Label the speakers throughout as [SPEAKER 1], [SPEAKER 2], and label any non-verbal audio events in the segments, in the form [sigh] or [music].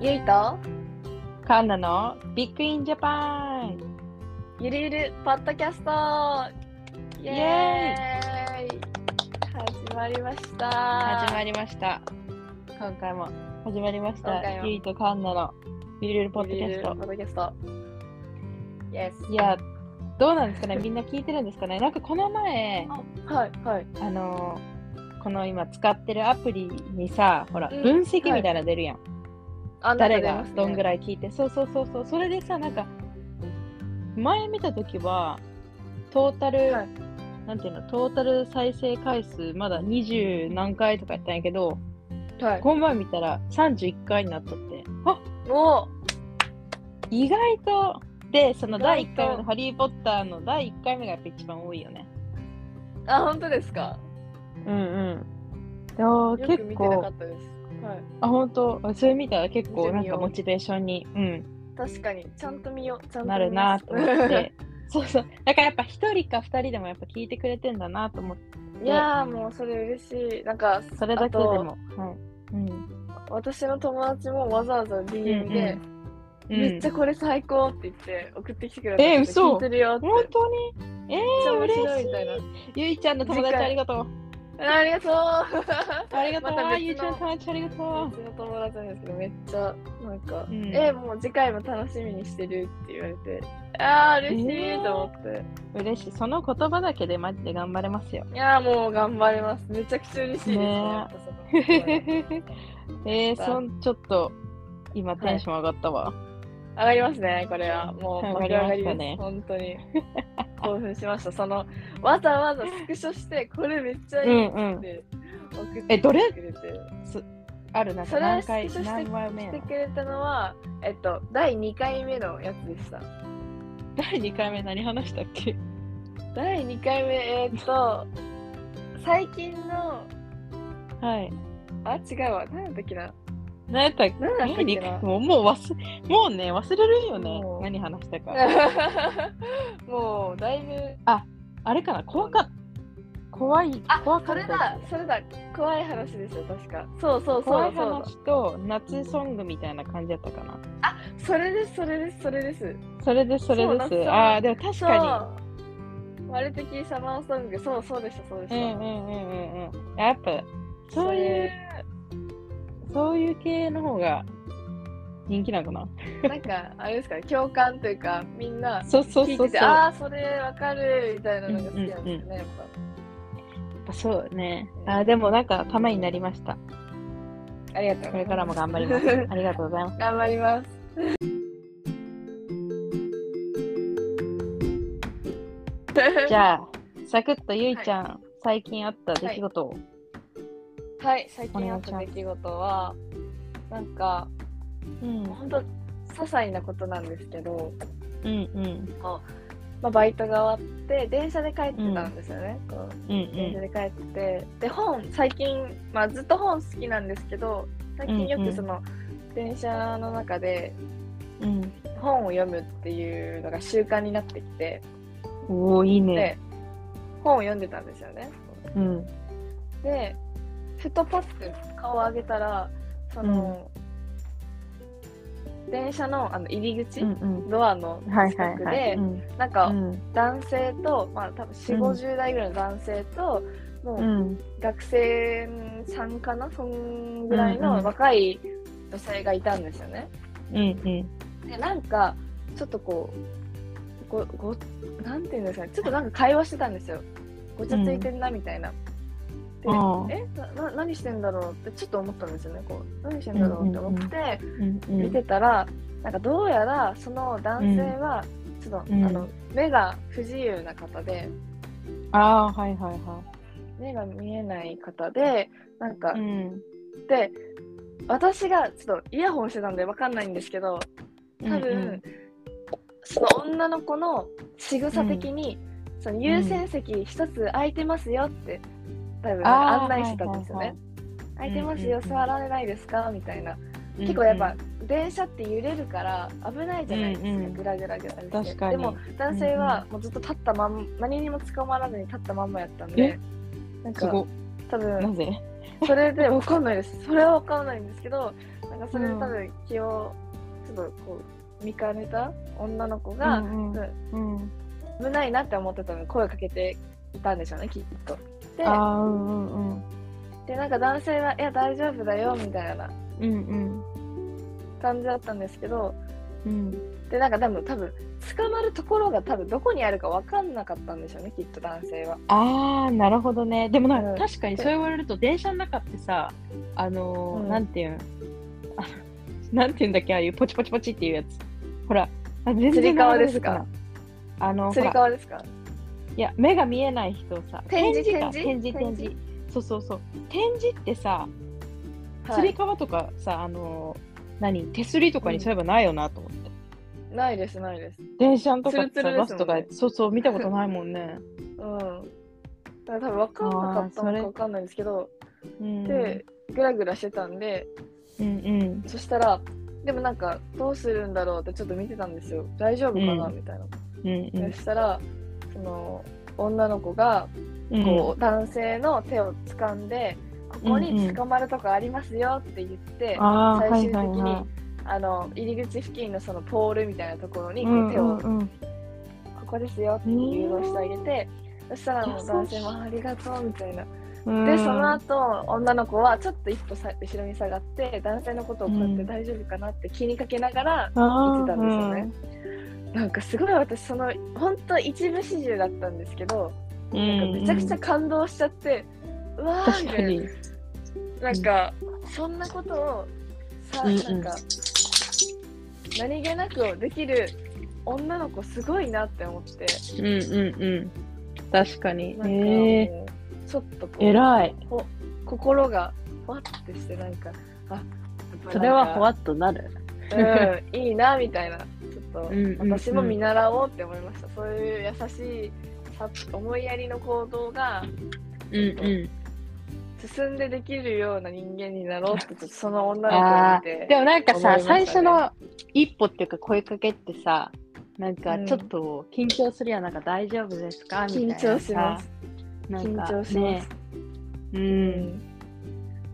[SPEAKER 1] ゆいと
[SPEAKER 2] カンナのビッグインジャパン
[SPEAKER 1] ゆるゆるポッドキャストイエーイ始まりました
[SPEAKER 2] 始まりました。今回も始まりまし
[SPEAKER 1] 今
[SPEAKER 2] た
[SPEAKER 1] 回。も
[SPEAKER 2] ゆいとカンナのゆるゆるポッドキャス
[SPEAKER 1] ゆるゆるポ
[SPEAKER 2] ト。
[SPEAKER 1] ッドキャストイエス
[SPEAKER 2] いや、どうなんですかねみんな聞いてるんですかねなんかこの前、
[SPEAKER 1] はいはい
[SPEAKER 2] あのーこの今使ってるアプリにさ、ほら、
[SPEAKER 1] うん
[SPEAKER 2] 分析みたいなの出るやん。
[SPEAKER 1] あ
[SPEAKER 2] 誰がどんぐ
[SPEAKER 1] い
[SPEAKER 2] らい聞いて。そうそうそうそう。それでさ、なんか、前見たときは、トータル、
[SPEAKER 1] はい
[SPEAKER 2] なんていうの、トータル再生回数、まだ20何回とかやったんやけど、
[SPEAKER 1] はい
[SPEAKER 2] この前見たら31回になっとって、あ
[SPEAKER 1] お
[SPEAKER 2] 意外と、で、その
[SPEAKER 1] 意外
[SPEAKER 2] 第
[SPEAKER 1] と
[SPEAKER 2] 1回目のハリー・ポッターの第1回目がやっぱ一番多いよね。
[SPEAKER 1] あ本当ですか
[SPEAKER 2] うんうん。
[SPEAKER 1] よく
[SPEAKER 2] 結
[SPEAKER 1] 見てなか
[SPEAKER 2] 構
[SPEAKER 1] っ、たですはい
[SPEAKER 2] あ、本当それ見たら結構
[SPEAKER 1] 見て
[SPEAKER 2] な
[SPEAKER 1] み
[SPEAKER 2] ん
[SPEAKER 1] よう
[SPEAKER 2] かモチベーションに、うん、
[SPEAKER 1] 確かにちゃんと見ようちゃんと
[SPEAKER 2] なるなと思っ
[SPEAKER 1] て
[SPEAKER 2] て。 [laughs] そうそう。だからやっぱ一人か二人でもやっぱ聞いてくれてんだなと思って、
[SPEAKER 1] [laughs] いやーもうそれ嬉しいなんか
[SPEAKER 2] それだけで
[SPEAKER 1] あと
[SPEAKER 2] も。はい。うん。
[SPEAKER 1] 私の友達もわざわざ DM で、
[SPEAKER 2] うん
[SPEAKER 1] めっちゃこれ最高って言って送ってきてくれた
[SPEAKER 2] えー嘘
[SPEAKER 1] 聞いてるよって
[SPEAKER 2] 本当にえ
[SPEAKER 1] めっちゃ
[SPEAKER 2] ー、
[SPEAKER 1] 面白
[SPEAKER 2] 嬉
[SPEAKER 1] いみたいな
[SPEAKER 2] しい。ゆいちゃんの友
[SPEAKER 1] 次
[SPEAKER 2] 達
[SPEAKER 1] 回
[SPEAKER 2] ありがとう。
[SPEAKER 1] ありがとう
[SPEAKER 2] ありがとう。
[SPEAKER 1] また別の
[SPEAKER 2] あゆいちゃんの友達ありがと
[SPEAKER 1] 別の友達なんですけどめっちゃなんか、
[SPEAKER 2] うん
[SPEAKER 1] えーもう次回も楽しみにしてるって言われてああ嬉しいと思って、
[SPEAKER 2] う。嬉しい。その言葉だけでマジで頑張れま
[SPEAKER 1] [laughs]
[SPEAKER 2] すよ。
[SPEAKER 1] いやーもう頑張りますめちゃくちゃ嬉しいですね
[SPEAKER 2] ねー
[SPEAKER 1] やっぱその
[SPEAKER 2] [laughs] えー、そん、ちょっと、今テンション上がったわ。
[SPEAKER 1] 上がりますねこれはもう
[SPEAKER 2] 上
[SPEAKER 1] 盛
[SPEAKER 2] が
[SPEAKER 1] り
[SPEAKER 2] り
[SPEAKER 1] 上がり
[SPEAKER 2] まし
[SPEAKER 1] で
[SPEAKER 2] た
[SPEAKER 1] す、
[SPEAKER 2] ね
[SPEAKER 1] 本当に興奮しましたそのわざわざスクショしてこれめっちゃいいっ
[SPEAKER 2] うんうん
[SPEAKER 1] て送ってきてくれて、
[SPEAKER 2] えどれある、なん
[SPEAKER 1] そ
[SPEAKER 2] か
[SPEAKER 1] れ
[SPEAKER 2] 何
[SPEAKER 1] はスク
[SPEAKER 2] 回、
[SPEAKER 1] ショして
[SPEAKER 2] 何枚
[SPEAKER 1] 来
[SPEAKER 2] 目や
[SPEAKER 1] て
[SPEAKER 2] の
[SPEAKER 1] くれたのは、えっと、第2回目のやつでした。
[SPEAKER 2] 第2回目何話したっけ
[SPEAKER 1] 第2回目、えっと、
[SPEAKER 2] [laughs]
[SPEAKER 1] 最近の、
[SPEAKER 2] はい。
[SPEAKER 1] あ、違うわ、何だったっけな。 [laughs]
[SPEAKER 2] 何やったっけ
[SPEAKER 1] 何だったっけな
[SPEAKER 2] 何もうもう忘れもうね、忘れるよね
[SPEAKER 1] も。う
[SPEAKER 2] 何話したか。
[SPEAKER 1] もう、だいぶ、
[SPEAKER 2] あれかな怖かっ怖い、
[SPEAKER 1] あ
[SPEAKER 2] 怖、か
[SPEAKER 1] そ
[SPEAKER 2] ったや
[SPEAKER 1] れだ、
[SPEAKER 2] つ。
[SPEAKER 1] それだ、怖い話ですよ、確か。そうそう
[SPEAKER 2] 怖
[SPEAKER 1] そう
[SPEAKER 2] い
[SPEAKER 1] そうだ。
[SPEAKER 2] 話と夏ソングみたいな感じやったかな。
[SPEAKER 1] それです、それです、それです。
[SPEAKER 2] それです、それ
[SPEAKER 1] そう夏
[SPEAKER 2] で
[SPEAKER 1] ソン
[SPEAKER 2] す。
[SPEAKER 1] グ
[SPEAKER 2] ああ、でも確か
[SPEAKER 1] そう。割れ的サマーソング、そうそうでした、そうでし
[SPEAKER 2] に。
[SPEAKER 1] た。
[SPEAKER 2] うんうんうんうんうん。やっぱ、そういう、そういう系の方が人気なのかな。
[SPEAKER 1] それなんか、あれですかね、共感というか、みんな、
[SPEAKER 2] そうそう
[SPEAKER 1] 聞い
[SPEAKER 2] そう
[SPEAKER 1] てて、
[SPEAKER 2] そう。や
[SPEAKER 1] ああ、それわかるみたいなのが好きなんですよね、やっ
[SPEAKER 2] っぱそうね。あーでもなんか、ためになりました。
[SPEAKER 1] ぱ。ありがとう。
[SPEAKER 2] これからも頑張ります。ありがとうございま
[SPEAKER 1] [laughs]
[SPEAKER 2] す。
[SPEAKER 1] 頑張ります。
[SPEAKER 2] じゃあ、サクッとゆいちゃん、最近あった出来事を。
[SPEAKER 1] はい、最近あった出来事は、なんか、
[SPEAKER 2] うん
[SPEAKER 1] 本当些細なことなんですけど、
[SPEAKER 2] うんうん
[SPEAKER 1] まあ、バイトが終わって、電車で帰ってたんですよね。こう
[SPEAKER 2] うんう
[SPEAKER 1] 電車
[SPEAKER 2] ん
[SPEAKER 1] で帰って、で、本、最近、まあ、ずっと本好きなんですけど、最近よくその、電車の中で
[SPEAKER 2] うん。
[SPEAKER 1] 本を読むっていうのが習慣になってきて、
[SPEAKER 2] おおいいね。
[SPEAKER 1] で本を読んでたんですよね。
[SPEAKER 2] うん
[SPEAKER 1] でふとパッて顔を上げたらその、電車のあの入り口、
[SPEAKER 2] うんうん。
[SPEAKER 1] ドアの
[SPEAKER 2] はいは
[SPEAKER 1] 近
[SPEAKER 2] い
[SPEAKER 1] くで、
[SPEAKER 2] はい。うん
[SPEAKER 1] なん
[SPEAKER 2] う
[SPEAKER 1] か
[SPEAKER 2] ん
[SPEAKER 1] 男性と、まあ多分4
[SPEAKER 2] うん
[SPEAKER 1] 五5 0代ぐらいの男性と、
[SPEAKER 2] う
[SPEAKER 1] もうん学生さんかなそんぐらい
[SPEAKER 2] うんう
[SPEAKER 1] の
[SPEAKER 2] ん
[SPEAKER 1] 若い女性がいたんですよね。
[SPEAKER 2] うん
[SPEAKER 1] でなんかちょっとこうごごなんていうんですかねちょっとなんか会話してたんですよごちゃついてんなみたいな、で
[SPEAKER 2] ああ
[SPEAKER 1] えなな何してんだろうってちょっと思ったんですよねこう何してんだろうって思って
[SPEAKER 2] うんうん
[SPEAKER 1] 見てたら、なんかどうやらその男性はちょっと、
[SPEAKER 2] うん
[SPEAKER 1] あの目が不自由な方で
[SPEAKER 2] ああはいはいは
[SPEAKER 1] 目が見えない方でなんか、
[SPEAKER 2] い。うん
[SPEAKER 1] で私がちょっとイヤホンしてたんでわかんないんですけど多分、その女の子の仕草的に、その優先席一つ空いてますよって多分
[SPEAKER 2] あー
[SPEAKER 1] 案内してたんですよ
[SPEAKER 2] はい
[SPEAKER 1] ね。空いてます
[SPEAKER 2] うんうんう
[SPEAKER 1] よ、
[SPEAKER 2] ん
[SPEAKER 1] 座られないですかみたいな。
[SPEAKER 2] うん
[SPEAKER 1] 結構やっぱ、電車って揺れるから危ないじゃないですか、
[SPEAKER 2] うんうん
[SPEAKER 1] ぐらぐらぐらぐらして
[SPEAKER 2] 確かに
[SPEAKER 1] でも男性はもうずっと立ったまん何にも捕まらずに立ったまんまやったんで
[SPEAKER 2] え
[SPEAKER 1] なん
[SPEAKER 2] す
[SPEAKER 1] か
[SPEAKER 2] ご
[SPEAKER 1] 多
[SPEAKER 2] な
[SPEAKER 1] 分
[SPEAKER 2] ぜ
[SPEAKER 1] それでわかんないですそれはわかんないんですけどなんかそれで多分気をちょっとこう見かねた女の子が、
[SPEAKER 2] うん
[SPEAKER 1] う
[SPEAKER 2] うんうん、
[SPEAKER 1] 危ないなって思ってたのに声をかけていたんでしょうねきっと。で
[SPEAKER 2] ああうんうんうん
[SPEAKER 1] でなんか男性は「いや大丈夫だよ」みたいな
[SPEAKER 2] うん
[SPEAKER 1] 感じだったんですけど
[SPEAKER 2] うんうん
[SPEAKER 1] でなんか多分多分捕まるところが多分どこにあるか分かんなかったんでしょうねきっと男性は。
[SPEAKER 2] ああなるほどねでもなん
[SPEAKER 1] うん
[SPEAKER 2] か確かにそう言われると電車の中ってさあのー
[SPEAKER 1] うん
[SPEAKER 2] なんていうん [laughs] あなんていうんだっけああいうポチポチポチっていうやつほらあ全
[SPEAKER 1] つり
[SPEAKER 2] わ
[SPEAKER 1] 革ですか
[SPEAKER 2] あの
[SPEAKER 1] つ
[SPEAKER 2] ほ
[SPEAKER 1] り
[SPEAKER 2] ら
[SPEAKER 1] 革ですか
[SPEAKER 2] いや目が見えない人さ
[SPEAKER 1] 展示
[SPEAKER 2] か
[SPEAKER 1] 展
[SPEAKER 2] 展
[SPEAKER 1] 示
[SPEAKER 2] 示展示そうそうそう展示ってさ
[SPEAKER 1] は
[SPEAKER 2] つり
[SPEAKER 1] い、
[SPEAKER 2] 革とかさあのー何手すりとかにそういえばないよなと思って、
[SPEAKER 1] ないですないです。
[SPEAKER 2] 電車のとか
[SPEAKER 1] ツルツル
[SPEAKER 2] さ
[SPEAKER 1] ですもんね
[SPEAKER 2] バスとかそうそう見たことないも
[SPEAKER 1] [laughs]
[SPEAKER 2] んね
[SPEAKER 1] うん。だから多分分かんなかった
[SPEAKER 2] あーそ
[SPEAKER 1] の
[SPEAKER 2] れ
[SPEAKER 1] か分かんないんですけど
[SPEAKER 2] うん
[SPEAKER 1] でグラグラしてたんで
[SPEAKER 2] うんうん
[SPEAKER 1] そしたらでもなんかどうするんだろうってちょっと見てたんですよ大丈夫かな、
[SPEAKER 2] うん
[SPEAKER 1] みたいな。
[SPEAKER 2] うんうん
[SPEAKER 1] そしたらその女の子が
[SPEAKER 2] うん
[SPEAKER 1] こう、男性の手を掴んで「ここに捕まるとこありますよ」って言って、
[SPEAKER 2] あー
[SPEAKER 1] 最終的に
[SPEAKER 2] はいはいはい
[SPEAKER 1] あの入り口付近のそのポールみたいなところにこ
[SPEAKER 2] うん
[SPEAKER 1] う手を、
[SPEAKER 2] うんうん
[SPEAKER 1] ここですよ」って誘導してあげて。そしたらもう男性もあありがとうみたいな。
[SPEAKER 2] うん
[SPEAKER 1] で、その後女の子はちょっと一歩さ後ろに下がって男性のことをこうやっ
[SPEAKER 2] う
[SPEAKER 1] て
[SPEAKER 2] ん
[SPEAKER 1] 大丈夫かなって気にかけながら、
[SPEAKER 2] あー
[SPEAKER 1] 見てたんですよねなんかすごい私その本当一部始終だったんですけど、
[SPEAKER 2] う
[SPEAKER 1] なん
[SPEAKER 2] ん
[SPEAKER 1] かめちゃくちゃ感動しちゃって、うわー
[SPEAKER 2] 確
[SPEAKER 1] みたい
[SPEAKER 2] か
[SPEAKER 1] な
[SPEAKER 2] に
[SPEAKER 1] なんか、そんなことをさ、
[SPEAKER 2] うんうん
[SPEAKER 1] なんか、何気なくできる女の子すごいなって思って、
[SPEAKER 2] うんうんうん確かに
[SPEAKER 1] なんか、
[SPEAKER 2] え
[SPEAKER 1] もうちょっとこ
[SPEAKER 2] え
[SPEAKER 1] う、
[SPEAKER 2] 偉い
[SPEAKER 1] 心がふわってして、なんか、あやっぱ
[SPEAKER 2] それはほわ
[SPEAKER 1] っ
[SPEAKER 2] っとなる
[SPEAKER 1] うん、いいな、みたいな。ちょっと、
[SPEAKER 2] うんうんうん
[SPEAKER 1] 私も見習おうって思いました。そういう優しいさ、思いやりの行動が
[SPEAKER 2] うんうん
[SPEAKER 1] 進んでできるような人間になろうって、ちょっとその女の子を見て。
[SPEAKER 2] でもなんか
[SPEAKER 1] 思い
[SPEAKER 2] さ、
[SPEAKER 1] ましたね
[SPEAKER 2] 最初の一歩っていうか声かけってさなんかちょっと緊張するやんなんか大丈夫ですかみたい
[SPEAKER 1] 緊
[SPEAKER 2] な
[SPEAKER 1] 張します。
[SPEAKER 2] すなんか
[SPEAKER 1] 緊張します
[SPEAKER 2] ねう
[SPEAKER 1] うんん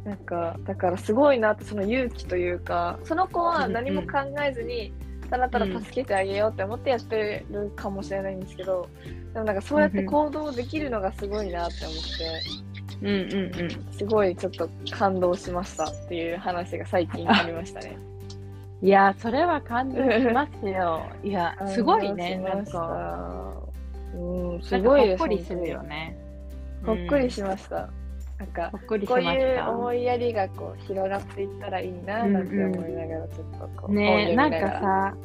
[SPEAKER 1] なんかだからすごいなってその勇気というかその子は何も考えずにただただ助けてあげようって思ってやってるかもしれないんですけどでもなんかそうやって行動できるのがすごいなって思って
[SPEAKER 2] うんうんうん
[SPEAKER 1] すごいちょっと感動しましたっていう話が最近ありましたね。
[SPEAKER 2] いやーそれは感動しますよいや [laughs] すごいね
[SPEAKER 1] 感動し
[SPEAKER 2] なん
[SPEAKER 1] ました
[SPEAKER 2] か
[SPEAKER 1] うんす
[SPEAKER 2] なんか
[SPEAKER 1] ごい
[SPEAKER 2] ほ
[SPEAKER 1] で
[SPEAKER 2] っ
[SPEAKER 1] す
[SPEAKER 2] こりするよね
[SPEAKER 1] ほっこり
[SPEAKER 2] し
[SPEAKER 1] しました。なんか
[SPEAKER 2] ほっこりし
[SPEAKER 1] こ
[SPEAKER 2] ま
[SPEAKER 1] う
[SPEAKER 2] した
[SPEAKER 1] いう思いやりがこう広がっていったらいいななんて思いながらちょっとこう、
[SPEAKER 2] ね
[SPEAKER 1] 本
[SPEAKER 2] えな
[SPEAKER 1] を
[SPEAKER 2] ん
[SPEAKER 1] 読みがら
[SPEAKER 2] かさ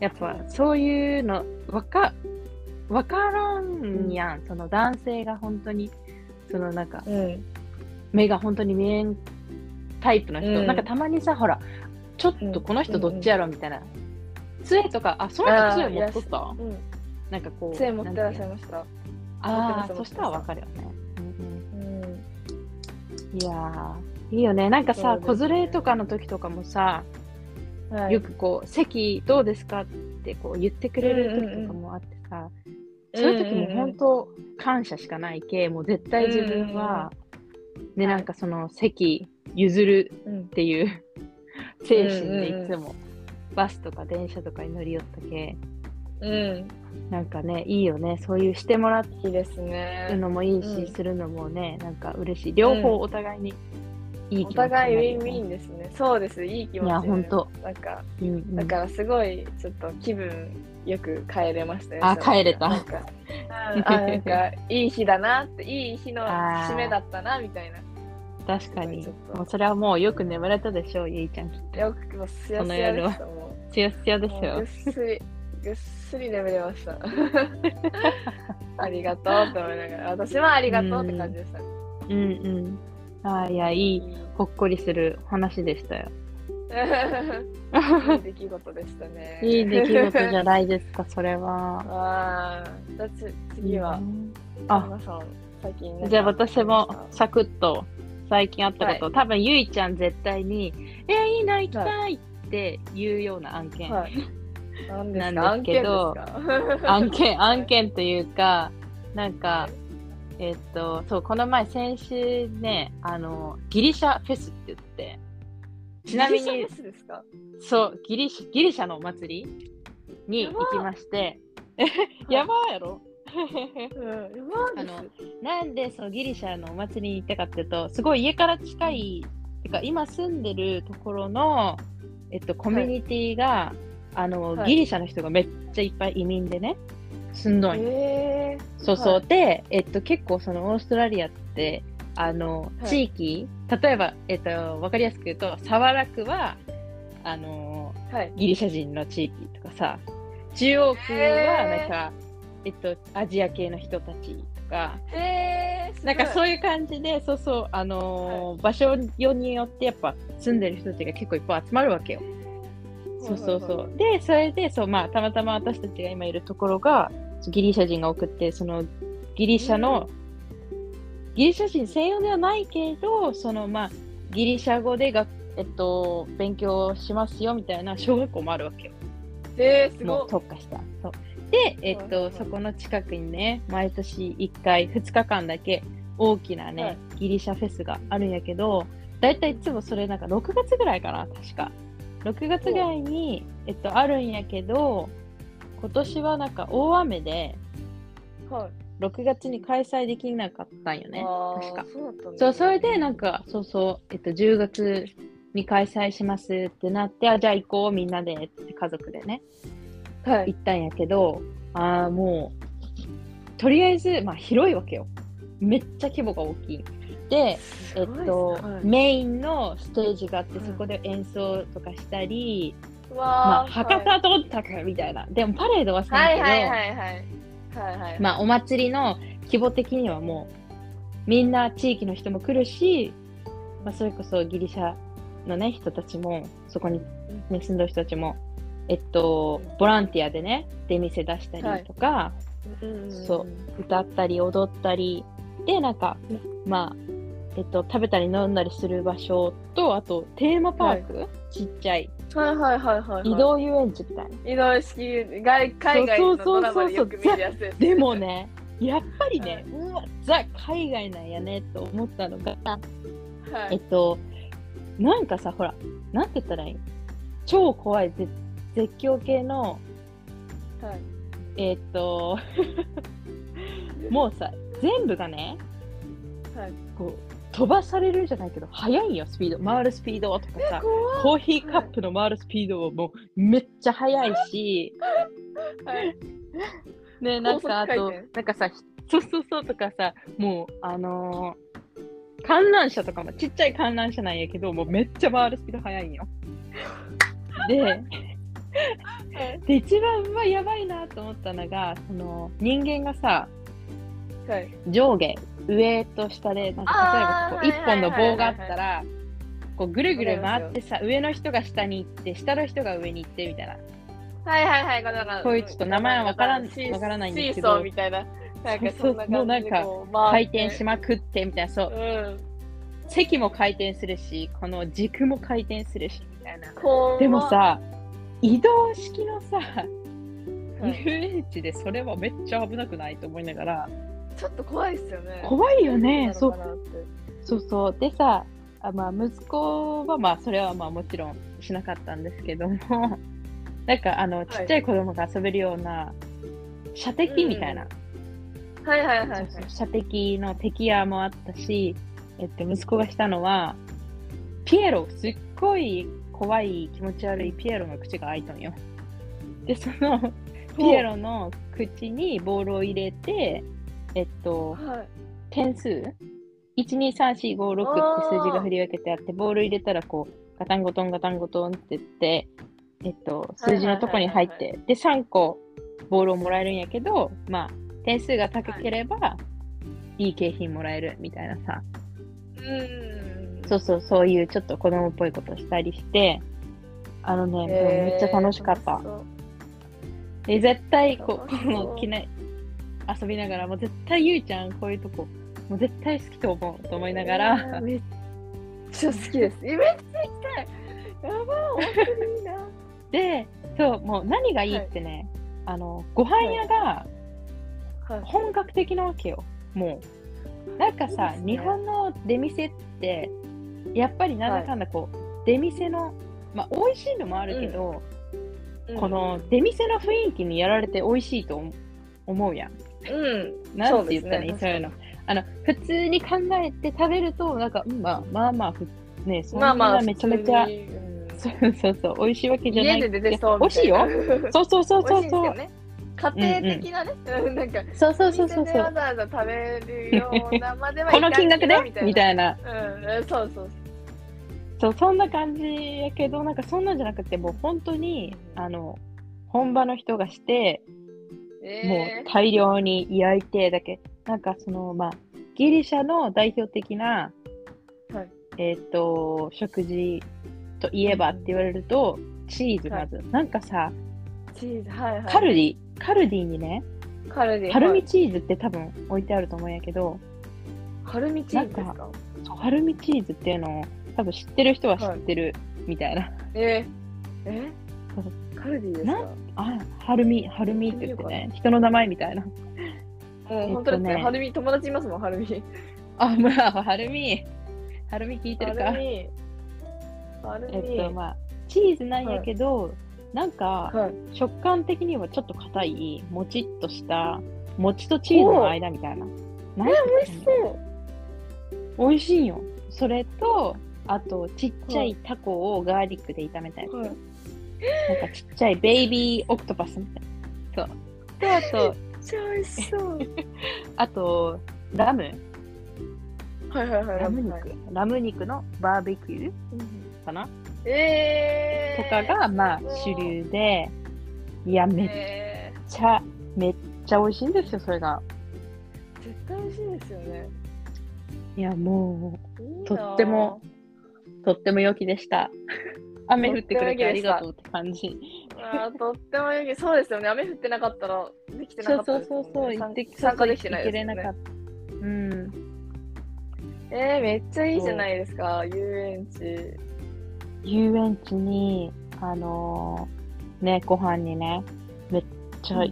[SPEAKER 2] やっぱそういうのわかわからんやん、その男性が本当にそのなんか
[SPEAKER 1] うん
[SPEAKER 2] 目が本当に見えんタイプの人、
[SPEAKER 1] うん
[SPEAKER 2] なんかたまにさほらちょっとこの人どっちやろみたいな、杖とかあその人杖持っとった
[SPEAKER 1] うん
[SPEAKER 2] なんかこう
[SPEAKER 1] 杖持ってらっしゃい
[SPEAKER 2] る
[SPEAKER 1] ました持っ
[SPEAKER 2] あ
[SPEAKER 1] てます持って
[SPEAKER 2] あそ
[SPEAKER 1] ます
[SPEAKER 2] したらわかるよね、うん
[SPEAKER 1] うん
[SPEAKER 2] うん、いやーいいよねなんかさ、
[SPEAKER 1] そう
[SPEAKER 2] 子
[SPEAKER 1] ですね
[SPEAKER 2] 連れとかの時とかもさ
[SPEAKER 1] はい
[SPEAKER 2] よくこう「席どうですか?」ってこう言ってくれる時とかもあってさ、
[SPEAKER 1] うん
[SPEAKER 2] そういう時も本当感謝しかないけもう絶対自分は、ね
[SPEAKER 1] はい
[SPEAKER 2] なんかその席譲る
[SPEAKER 1] うんうん
[SPEAKER 2] っていう精神で
[SPEAKER 1] うんうんうん
[SPEAKER 2] いつもバスとか電車とかに乗り寄ったけ
[SPEAKER 1] うん
[SPEAKER 2] なんかねいいよねそういうしてもらう
[SPEAKER 1] いいですね
[SPEAKER 2] のもいいし、
[SPEAKER 1] うん
[SPEAKER 2] するのもねなんか嬉しい両方お互いにいい
[SPEAKER 1] お
[SPEAKER 2] 気持ちにな
[SPEAKER 1] 互
[SPEAKER 2] る
[SPEAKER 1] い
[SPEAKER 2] よ
[SPEAKER 1] ウィンウ
[SPEAKER 2] ね
[SPEAKER 1] ィンですねそうですいい気持ち
[SPEAKER 2] いやほんと
[SPEAKER 1] なんか
[SPEAKER 2] うんうん
[SPEAKER 1] だからすごいちょっと気分よく帰れましたね
[SPEAKER 2] あ
[SPEAKER 1] その
[SPEAKER 2] 帰れた
[SPEAKER 1] なん
[SPEAKER 2] [laughs]
[SPEAKER 1] かうんあなんかいい日だなっていい日の締めだったなみたいな
[SPEAKER 2] 確かに
[SPEAKER 1] ちょっと
[SPEAKER 2] もうそれはもうよく眠れたでしょうゆいちゃんきっと
[SPEAKER 1] よくもうすやすやでしたもう
[SPEAKER 2] つよつよです
[SPEAKER 1] もう
[SPEAKER 2] よ
[SPEAKER 1] ぐっす
[SPEAKER 2] [laughs]
[SPEAKER 1] り、ぐっすり眠れました。ありがとうと思いながら、私はありがとうって感じでした。
[SPEAKER 2] うんうんああいやい
[SPEAKER 1] い
[SPEAKER 2] いほっこりする話でしたよ
[SPEAKER 1] い出来事でしたね。
[SPEAKER 2] いい出来
[SPEAKER 1] [laughs]
[SPEAKER 2] 事じゃないです [laughs] かそれは
[SPEAKER 1] あーじゃあつ次は、
[SPEAKER 2] あ
[SPEAKER 1] 皆さん、最近なんか
[SPEAKER 2] じゃあ私もサクッと最近あったこと、多分ゆいちゃん絶対に「えー、いいな行きたい」って言うような案件、
[SPEAKER 1] はい。なんですか
[SPEAKER 2] なんですけど
[SPEAKER 1] [laughs]
[SPEAKER 2] 案 [laughs] 件案。件というかなんかえっとそうこの前先週ねあのギリシャフェスって言ってちなみに
[SPEAKER 1] ギリシャフェスですか
[SPEAKER 2] そう、ギリシャギリシャのお祭りに
[SPEAKER 1] や
[SPEAKER 2] 行
[SPEAKER 1] ば
[SPEAKER 2] き
[SPEAKER 1] [laughs]
[SPEAKER 2] まして、
[SPEAKER 1] い
[SPEAKER 2] やばいやろ
[SPEAKER 1] うん、やばいです
[SPEAKER 2] あのなんでそうギリシャのお祭りに行ったかっていうと、すごい家から近い、てか今住んでるところの、えっと、コミュニティが、あの
[SPEAKER 1] はい
[SPEAKER 2] ギリシャの人がめっちゃいっぱい移民でね、住んどんよ
[SPEAKER 1] え
[SPEAKER 2] そうそう、
[SPEAKER 1] はい
[SPEAKER 2] で、えっと、結構そのオーストラリアってあの
[SPEAKER 1] はい
[SPEAKER 2] 地域、例えば、えっと、分かりやすく言うとサワラ区はあの
[SPEAKER 1] ー、はい。
[SPEAKER 2] ギリシャ人の地域とかさ中央区は
[SPEAKER 1] へー
[SPEAKER 2] なんか、えっと、アジア系の人たちとか
[SPEAKER 1] えー、
[SPEAKER 2] なんかそうういう感じでそうそう、あのー場所によってやっぱ住んでる人たちが結構いっぱい集まるわけよ。そうそうそう。で、それで、そう、まあ、たまたま私たちが今いるところが、そうギリシャ人が多くって、その、ギリシャの、ギリシャ人専用ではないけど、その、まあ、ギリシャ語でが、えっと、勉強しますよみたいな小学校もあるわけよ。
[SPEAKER 1] えー、す
[SPEAKER 2] も
[SPEAKER 1] ご
[SPEAKER 2] う
[SPEAKER 1] い。
[SPEAKER 2] 特化した。そうで、えっ
[SPEAKER 1] はいは
[SPEAKER 2] と、
[SPEAKER 1] い
[SPEAKER 2] そこの近くにね、毎年1回、2日間だけ、大きなね、
[SPEAKER 1] はい
[SPEAKER 2] ギリシャフェスがあるんやけど、だいたいいつもそれなんか6月ぐらいかな、確か。6月ぐらいに、えっと、あるんやけど、今年はなんか大雨で、
[SPEAKER 1] は
[SPEAKER 2] 6月に開催できなかったんよ
[SPEAKER 1] い。
[SPEAKER 2] ね、
[SPEAKER 1] あー
[SPEAKER 2] 確か。
[SPEAKER 1] そうだったんだ
[SPEAKER 2] そう、それでなんか、そうそう、えっと、10月に開催しますってなって、あ、じゃあ行こう、みんなで、って家族でね。
[SPEAKER 1] はい
[SPEAKER 2] 行。ったんやけど、ああ、もう、とりあえず、まあ、広いわけよ。めっちゃ規模が大きい。で、えっ
[SPEAKER 1] すごいです
[SPEAKER 2] と、
[SPEAKER 1] はい
[SPEAKER 2] メインのステージがあって、
[SPEAKER 1] はい
[SPEAKER 2] そこで演奏とかしたり、ま
[SPEAKER 1] わ
[SPEAKER 2] あ、
[SPEAKER 1] ー
[SPEAKER 2] 博多どったかみたいな。でも、パレードはしな
[SPEAKER 1] はいい
[SPEAKER 2] けど、
[SPEAKER 1] はいはいはい。はいはい。
[SPEAKER 2] まあ、お祭りの規模的にはもう、みんな地域の人も来るし、まあ、それこそギリシャのね、人たちも、そこに、ね、住んでる人たちも、えっと、ボランティアでね、出店出したりとか、
[SPEAKER 1] うん
[SPEAKER 2] そう歌ったり踊ったりでなんかまあえっと食べたり飲んだりする場所とあとテーマパーク、ちっちゃい
[SPEAKER 1] はいはいはいはい、はい。
[SPEAKER 2] 移動遊園地みたいな、
[SPEAKER 1] 移動式外海外のドラマでよく見るやつです
[SPEAKER 2] でもねやっぱりね
[SPEAKER 1] は、
[SPEAKER 2] うわザ海外なんやねと思ったのが、
[SPEAKER 1] は
[SPEAKER 2] えっ
[SPEAKER 1] い、
[SPEAKER 2] となんかさほらなんて言ったらいい超怖い絶絶叫系の
[SPEAKER 1] はい、
[SPEAKER 2] えっと [laughs] もうさ全部がね
[SPEAKER 1] はい、
[SPEAKER 2] こう飛ばされるんじゃないけど速いよスピード回るスピードとかさ
[SPEAKER 1] 怖
[SPEAKER 2] コーヒーカップの回るスピードはもうめっちゃ速いし、
[SPEAKER 1] はい、
[SPEAKER 2] ね、なんかあ
[SPEAKER 1] 高
[SPEAKER 2] と
[SPEAKER 1] 速回転、
[SPEAKER 2] なんかさ、ひそうそうそうとかさ、もう、あのー観覧車とかも、ちっちゃい観覧車なんやけど、もうめっちゃ回るスピード速いんよ。で、で、一番うわやばいなと思ったのが、その人間がさ、
[SPEAKER 1] はい、
[SPEAKER 2] 上下上と下でなんか
[SPEAKER 1] あー
[SPEAKER 2] 例えばこう
[SPEAKER 1] はいは
[SPEAKER 2] 1本の
[SPEAKER 1] いはいはい
[SPEAKER 2] 棒があったらこうぐるぐる回ってさ上の人が下に行って下の人が上に行ってみたいな
[SPEAKER 1] はいはいはいこのなんか
[SPEAKER 2] こういうちょっと名前はわからん
[SPEAKER 1] シー
[SPEAKER 2] わからないんですけど
[SPEAKER 1] シーソーみたいななんかそんな
[SPEAKER 2] そうそうもうな
[SPEAKER 1] 感
[SPEAKER 2] ん
[SPEAKER 1] じ
[SPEAKER 2] か
[SPEAKER 1] でこう
[SPEAKER 2] 回
[SPEAKER 1] 回って
[SPEAKER 2] 転しまくってみたいなそう
[SPEAKER 1] うん
[SPEAKER 2] 席も回転するしこの軸も回転するしみたいな
[SPEAKER 1] 怖っ
[SPEAKER 2] でも
[SPEAKER 1] は
[SPEAKER 2] さ移動式のさ遊
[SPEAKER 1] い
[SPEAKER 2] 園地でそれはめっちゃ危なくないと思いながら
[SPEAKER 1] ちょっと怖いですよね
[SPEAKER 2] 怖いよね
[SPEAKER 1] そ
[SPEAKER 2] そう
[SPEAKER 1] うなのかなって
[SPEAKER 2] そうそうでさあ、まあ、息子はまあそれはまあもちろんしなかったんですけどもなんかあのちっちゃい子供が遊べるような射的みたいな、
[SPEAKER 1] はいはいはいはい
[SPEAKER 2] そうそう射的の敵屋もあったし、えっと、息子がしたのはピエロすっごい怖い気持ち悪いピエロの口が開いたんよでそのピエロの口にボールを入れてえっと
[SPEAKER 1] はい
[SPEAKER 2] 点数 ?12345 って数字が振り分けてあってボール入れたらこうガタンゴトンガタンゴトンって言って、えっと、
[SPEAKER 1] はいはいはいはい
[SPEAKER 2] 数字のとこに入ってで3個ボールをもらえるんやけどまあ点数が高ければ、い、い景品もらえるみたいなさ
[SPEAKER 1] うん
[SPEAKER 2] そうそうそういうちょっと子供っぽいことをしたりしてあのね、でもめっちゃ楽しかっ
[SPEAKER 1] へ
[SPEAKER 2] た
[SPEAKER 1] ー。楽し
[SPEAKER 2] で絶対こ
[SPEAKER 1] 楽
[SPEAKER 2] う
[SPEAKER 1] し
[SPEAKER 2] こ
[SPEAKER 1] そう
[SPEAKER 2] の機内遊びながらもう絶対ゆうちゃんこういうとこもう絶対好きと思うと
[SPEAKER 1] そう
[SPEAKER 2] 思いながら。
[SPEAKER 1] えーめっちゃ好きですえめっちゃ行きたいやばー本当にいいな
[SPEAKER 2] でそうもう何がいいってね、あのご飯屋が
[SPEAKER 1] はい
[SPEAKER 2] 本格的なわけよもうなんかさ
[SPEAKER 1] いいですね
[SPEAKER 2] 日本の出店ってやっぱりなんだかんだこう、出店の、まあ、美味しいのもあるけど、この出店の雰囲気にやられて美味しいと思思うやん。
[SPEAKER 1] うん
[SPEAKER 2] なんて言ったらいい
[SPEAKER 1] そうですね
[SPEAKER 2] そういうの。あの普通に考えて食べるとなんか、うんまあ、まあまあふねそん
[SPEAKER 1] まあま
[SPEAKER 2] な
[SPEAKER 1] あ
[SPEAKER 2] めちゃめちゃ、
[SPEAKER 1] 普通にうん
[SPEAKER 2] [laughs] そうそうそう美味しいわけじゃない
[SPEAKER 1] 家で出て
[SPEAKER 2] い
[SPEAKER 1] そ
[SPEAKER 2] や
[SPEAKER 1] う
[SPEAKER 2] 美
[SPEAKER 1] み
[SPEAKER 2] 味
[SPEAKER 1] た
[SPEAKER 2] しい
[SPEAKER 1] いな
[SPEAKER 2] よ。そうそうそう
[SPEAKER 1] 美味しいで
[SPEAKER 2] そ
[SPEAKER 1] す
[SPEAKER 2] うそ
[SPEAKER 1] よ
[SPEAKER 2] う。
[SPEAKER 1] ね家庭的なね、なんか
[SPEAKER 2] そうそう
[SPEAKER 1] お
[SPEAKER 2] そうそ
[SPEAKER 1] 店
[SPEAKER 2] う
[SPEAKER 1] で
[SPEAKER 2] そ
[SPEAKER 1] わ
[SPEAKER 2] う。
[SPEAKER 1] ざわざ食べるようなまでは
[SPEAKER 2] この金額
[SPEAKER 1] で
[SPEAKER 2] でみたいな。
[SPEAKER 1] うん、そうそう
[SPEAKER 2] そうそんな感じやけどなんかそんなんじゃなくてもう本当にあの本場の人がしても
[SPEAKER 1] え
[SPEAKER 2] う大量に焼いてだけなんかそのまあギリシャの代表的な、
[SPEAKER 1] はい
[SPEAKER 2] えっ、と食事といえばって言われるとチーズまず、なんかさ
[SPEAKER 1] ーチーズはいはい
[SPEAKER 2] カルディカルディにね
[SPEAKER 1] カルディ
[SPEAKER 2] パル
[SPEAKER 1] は
[SPEAKER 2] ミ
[SPEAKER 1] い
[SPEAKER 2] チーズって多分置いてあると思うんやけど
[SPEAKER 1] カルミチーズです
[SPEAKER 2] なん
[SPEAKER 1] か
[SPEAKER 2] そうパルミチーズっていうのを多分知ってる人は知ってるみたいな、
[SPEAKER 1] えー、え
[SPEAKER 2] そう
[SPEAKER 1] カルディです
[SPEAKER 2] な
[SPEAKER 1] か
[SPEAKER 2] あ、はるみ、はるみって言ってね、人の名前みたいな。
[SPEAKER 1] もう本当です
[SPEAKER 2] えっ
[SPEAKER 1] ね、
[SPEAKER 2] とね
[SPEAKER 1] はるみ友達いますもんはるみ
[SPEAKER 2] あ、まあ、はるみ、はるみ聞いてる
[SPEAKER 1] は
[SPEAKER 2] か
[SPEAKER 1] る。みはるみ
[SPEAKER 2] えっと、まあ、チーズなんやけど、なんか、
[SPEAKER 1] はい
[SPEAKER 2] 食感的にはちょっと硬い、もちっとした、餅とチーズの間みたいな。なん
[SPEAKER 1] 美味しそう
[SPEAKER 2] 美味しいんよ。それと、あと、ちっちゃいタコをガーリックで炒めたやつ。
[SPEAKER 1] はい
[SPEAKER 2] なんかちっちゃいベイビーオクトパスみたいな。そう。と、あと、
[SPEAKER 1] めっちゃ美味しそう
[SPEAKER 2] あと、ラム、
[SPEAKER 1] はいはいはい
[SPEAKER 2] ラム肉、
[SPEAKER 1] はい
[SPEAKER 2] ラム肉のバーベキュー
[SPEAKER 1] うん
[SPEAKER 2] かな
[SPEAKER 1] え
[SPEAKER 2] と
[SPEAKER 1] ー、
[SPEAKER 2] かが、まあ、主流で、いや、めっ
[SPEAKER 1] え
[SPEAKER 2] ちゃ、めっちゃ美味しいんですよ、それが。
[SPEAKER 1] ー、絶対美味しいですよね
[SPEAKER 2] いや、も
[SPEAKER 1] いいな
[SPEAKER 2] とってもう、とっても良きで [laughs] した。雨降ってくれて
[SPEAKER 1] とっても良きでした
[SPEAKER 2] ありがとうって感じ。
[SPEAKER 1] あーとっても良いそうですよね雨降ってなかったらできて
[SPEAKER 2] そ
[SPEAKER 1] なか
[SPEAKER 2] う
[SPEAKER 1] った
[SPEAKER 2] そう
[SPEAKER 1] です
[SPEAKER 2] そ
[SPEAKER 1] もん
[SPEAKER 2] うそう、
[SPEAKER 1] ね
[SPEAKER 2] 行って
[SPEAKER 1] 参加できてない
[SPEAKER 2] 行け
[SPEAKER 1] ですも
[SPEAKER 2] れ
[SPEAKER 1] んね
[SPEAKER 2] なかった。うん。
[SPEAKER 1] えー、めっちゃいいじゃないですか遊園地
[SPEAKER 2] 遊園地に、あのーね、ご飯にね、めっちゃ、 [laughs] めっ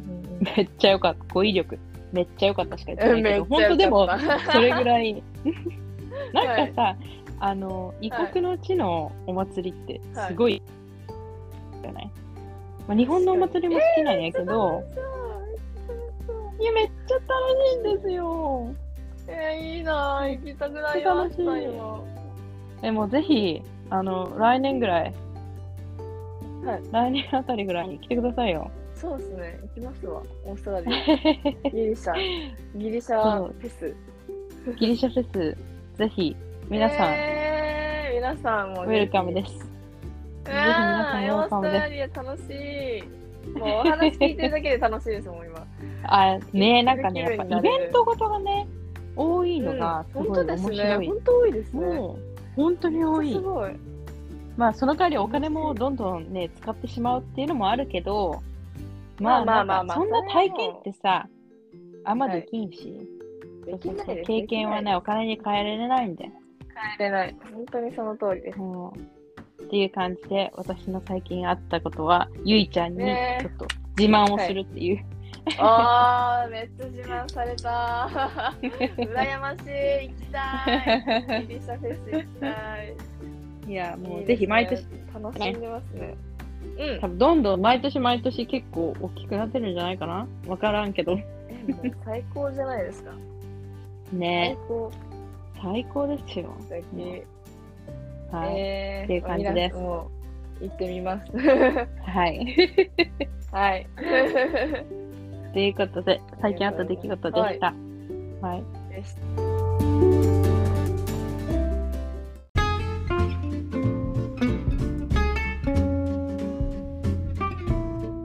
[SPEAKER 2] ちゃ良かった。語彙力、めっちゃ良かったしか言ってな
[SPEAKER 1] えめっ
[SPEAKER 2] いけど、
[SPEAKER 1] ちゃ
[SPEAKER 2] 本当で
[SPEAKER 1] [laughs]
[SPEAKER 2] も、それぐ
[SPEAKER 1] い
[SPEAKER 2] らいなんかさ、あの異国の地のお祭りってすごい、じゃない、まあ、日本のお祭りも好きなんやけど、いやめっちゃ楽しいんですよ
[SPEAKER 1] えー、いいなー行きたくなりました
[SPEAKER 2] 楽しい
[SPEAKER 1] 今
[SPEAKER 2] えもうぜひあの来年ぐらい、
[SPEAKER 1] はい
[SPEAKER 2] 来年あたりぐらいに来てください
[SPEAKER 1] [laughs]
[SPEAKER 2] よ
[SPEAKER 1] そうですね行きますわオーストラリア
[SPEAKER 2] [laughs]
[SPEAKER 1] ギリシャギリシャフェス
[SPEAKER 2] ギリシャフェスぜひ皆さん、
[SPEAKER 1] えー、皆さんも
[SPEAKER 2] ウェルカムです
[SPEAKER 1] う
[SPEAKER 2] ぜひ皆さん
[SPEAKER 1] ん
[SPEAKER 2] ウェ
[SPEAKER 1] オー
[SPEAKER 2] ルカ
[SPEAKER 1] ス
[SPEAKER 2] ム
[SPEAKER 1] ト
[SPEAKER 2] です
[SPEAKER 1] ラリア楽しいもうお話聞いてるだけで楽しいですもん今
[SPEAKER 2] あね
[SPEAKER 1] 行
[SPEAKER 2] な
[SPEAKER 1] ける
[SPEAKER 2] んかねやっぱ
[SPEAKER 1] 気分にな
[SPEAKER 2] イ
[SPEAKER 1] れる
[SPEAKER 2] ベントごとがね多いのがす
[SPEAKER 1] 本
[SPEAKER 2] ご
[SPEAKER 1] 当
[SPEAKER 2] い面
[SPEAKER 1] です
[SPEAKER 2] 白い、
[SPEAKER 1] ね。本当多いですね。
[SPEAKER 2] もう本当に多
[SPEAKER 1] す
[SPEAKER 2] い。
[SPEAKER 1] ごい。
[SPEAKER 2] まあその代わりお金もどんどんね使ってしまうっていうのもあるけど、ま
[SPEAKER 1] ま
[SPEAKER 2] あ
[SPEAKER 1] あま
[SPEAKER 2] まあ
[SPEAKER 1] あ
[SPEAKER 2] ま
[SPEAKER 1] ま
[SPEAKER 2] あ
[SPEAKER 1] あ
[SPEAKER 2] そんな体験ってさあんま
[SPEAKER 1] はい
[SPEAKER 2] できんし、
[SPEAKER 1] できないです。
[SPEAKER 2] 経験はねお金に変えられないんで、
[SPEAKER 1] 帰れない。本当にその通りです。
[SPEAKER 2] もうっていう感じで私の最近あったことはゆいちゃんにち
[SPEAKER 1] ねえ
[SPEAKER 2] ょっと自慢をするっていう、
[SPEAKER 1] ああ、めっちゃ自慢された。羨ましい。行きたい。ギリシャフェス行きたい。
[SPEAKER 2] い、やも
[SPEAKER 1] いういですね
[SPEAKER 2] ぜひ毎年。
[SPEAKER 1] 楽しんでますね。うん
[SPEAKER 2] 多。分どんどん毎年毎年結構大きくなってるんじゃないかなわからんけど
[SPEAKER 1] えもう最高じゃないですか。最
[SPEAKER 2] ね
[SPEAKER 1] 高
[SPEAKER 2] 最高ですよ
[SPEAKER 1] 素敵。
[SPEAKER 2] はい、
[SPEAKER 1] えー
[SPEAKER 2] っていう感じです
[SPEAKER 1] 皆さんもう行ってみます。
[SPEAKER 2] はい。
[SPEAKER 1] はい。
[SPEAKER 2] ということで、最近あった出来事でした。はい。
[SPEAKER 1] です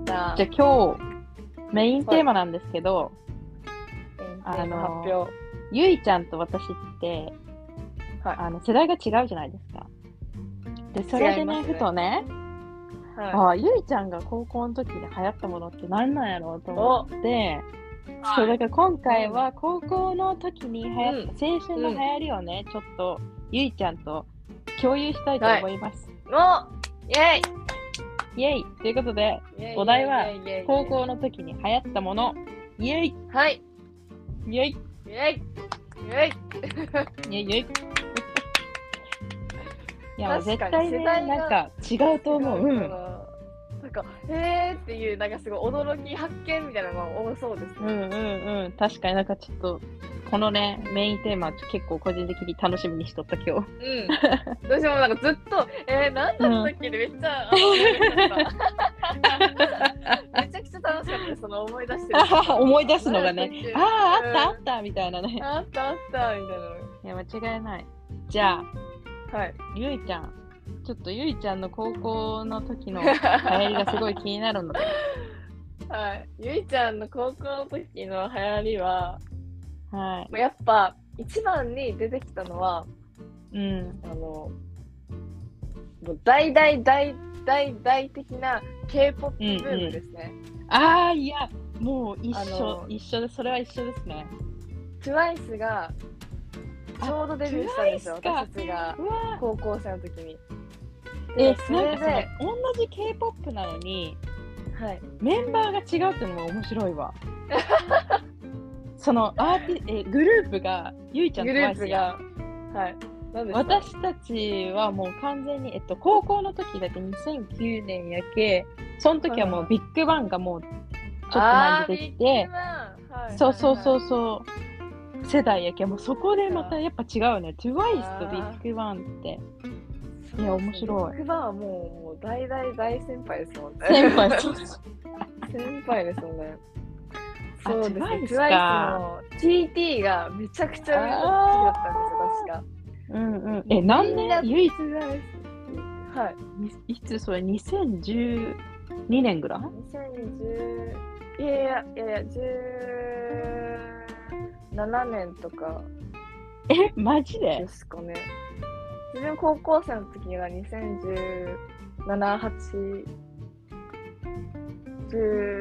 [SPEAKER 1] じゃあ
[SPEAKER 2] じゃあ今日、メインテーマなんですけど、あ
[SPEAKER 1] あ
[SPEAKER 2] の
[SPEAKER 1] の発表
[SPEAKER 2] ゆいちゃんと私って、
[SPEAKER 1] はい
[SPEAKER 2] あの世代が違うじゃないですか。で、それで
[SPEAKER 1] 違いま
[SPEAKER 2] ね、
[SPEAKER 1] すね
[SPEAKER 2] ふとね、
[SPEAKER 1] は
[SPEAKER 2] ああ、ゆいちゃんが高校の時に流行ったものって何なんやろうと思って、
[SPEAKER 1] い
[SPEAKER 2] そう、だから今回は高校の時に流行った、青春の流行りをね、ちょっと、ゆいちゃんと共有したいと思います。
[SPEAKER 1] のイェイ
[SPEAKER 2] イエイということで、
[SPEAKER 1] イェイ
[SPEAKER 2] お題は
[SPEAKER 1] イェイイェイイェイ
[SPEAKER 2] 高校の時に流行ったもの、イエイ
[SPEAKER 1] はい
[SPEAKER 2] イエイ
[SPEAKER 1] イェイイェイ
[SPEAKER 2] イエイイエイいや
[SPEAKER 1] 確
[SPEAKER 2] 絶
[SPEAKER 1] かに
[SPEAKER 2] 対ね
[SPEAKER 1] 世代が
[SPEAKER 2] なんか違うと思う、うん
[SPEAKER 1] なんか、えーっていう、なんかすごい驚き発見みたいなのが多そうです
[SPEAKER 2] うん
[SPEAKER 1] ね。
[SPEAKER 2] うんうん確かになんかちょっとこのねメインテーマちょ結構個人的に楽しみにしとった今日
[SPEAKER 1] うん。私もなんかずっと、えー、なんだったっけでめっちゃ、あのめちゃくちゃ楽しかったです、その思い出してる
[SPEAKER 2] [laughs] 思い出すのがねあああったあ
[SPEAKER 1] っ
[SPEAKER 2] ったみたいなね
[SPEAKER 1] た。あったあった、みたい
[SPEAKER 2] いや間違いないじゃあ
[SPEAKER 1] な。はい。
[SPEAKER 2] ゆいちゃんちょっとゆいちゃんの高校の時の流行りがすごい気になる [laughs] ので
[SPEAKER 1] はい、ゆいちゃんの高校の時の流行りは、
[SPEAKER 2] は
[SPEAKER 1] まあやっぱ一番に出てきたのは、
[SPEAKER 2] いうん
[SPEAKER 1] あの、もう大大大大大的な K-POP ブームですね。
[SPEAKER 2] ああいやもう一緒、
[SPEAKER 1] あの
[SPEAKER 2] 一緒でそれは一緒ですね
[SPEAKER 1] TWICE が
[SPEAKER 2] あ
[SPEAKER 1] ちょうどデビューしたんですよ、
[SPEAKER 2] TWICE か
[SPEAKER 1] 私たちが
[SPEAKER 2] うわ
[SPEAKER 1] 高校生の時に。
[SPEAKER 2] え
[SPEAKER 1] でそ
[SPEAKER 2] な
[SPEAKER 1] れ
[SPEAKER 2] ん
[SPEAKER 1] で、
[SPEAKER 2] かさ同じ k p o p なのに
[SPEAKER 1] はい、
[SPEAKER 2] メンバーが違うってのも面白
[SPEAKER 1] [laughs]
[SPEAKER 2] いわそのアーティえグループがゆいちゃんと
[SPEAKER 1] グルー
[SPEAKER 2] TWICE
[SPEAKER 1] プ
[SPEAKER 2] やん
[SPEAKER 1] が、はい、何ですか
[SPEAKER 2] 私たちはもう完全に、えっと、高校の時だけ2009年やけその時はも
[SPEAKER 1] は
[SPEAKER 2] う
[SPEAKER 1] い
[SPEAKER 2] ビッグバンがもうちょっと前に出てきて、そうそうそう
[SPEAKER 1] う。
[SPEAKER 2] そう世代やけもうそこでまたやっぱ違うよね TWICE とビッグバンっていや面白い
[SPEAKER 1] ビッグバンはもうもう大大大先輩ですもんね。
[SPEAKER 2] 先
[SPEAKER 1] [laughs]
[SPEAKER 2] 輩そう
[SPEAKER 1] 先輩ですもんね。
[SPEAKER 2] あ
[SPEAKER 1] そうですね。
[SPEAKER 2] TWICE か
[SPEAKER 1] TWICE の TT がめちゃくちゃ大きだったんですよ、
[SPEAKER 2] うんうん
[SPEAKER 1] 確か。
[SPEAKER 2] え何
[SPEAKER 1] みんな
[SPEAKER 2] 年唯一
[SPEAKER 1] TWICE はい。
[SPEAKER 2] いつそれ2012年ぐらい
[SPEAKER 1] 2010いやいやいやいや17年とか
[SPEAKER 2] えマジで
[SPEAKER 1] ですかね。自分高校生の時が2017、8、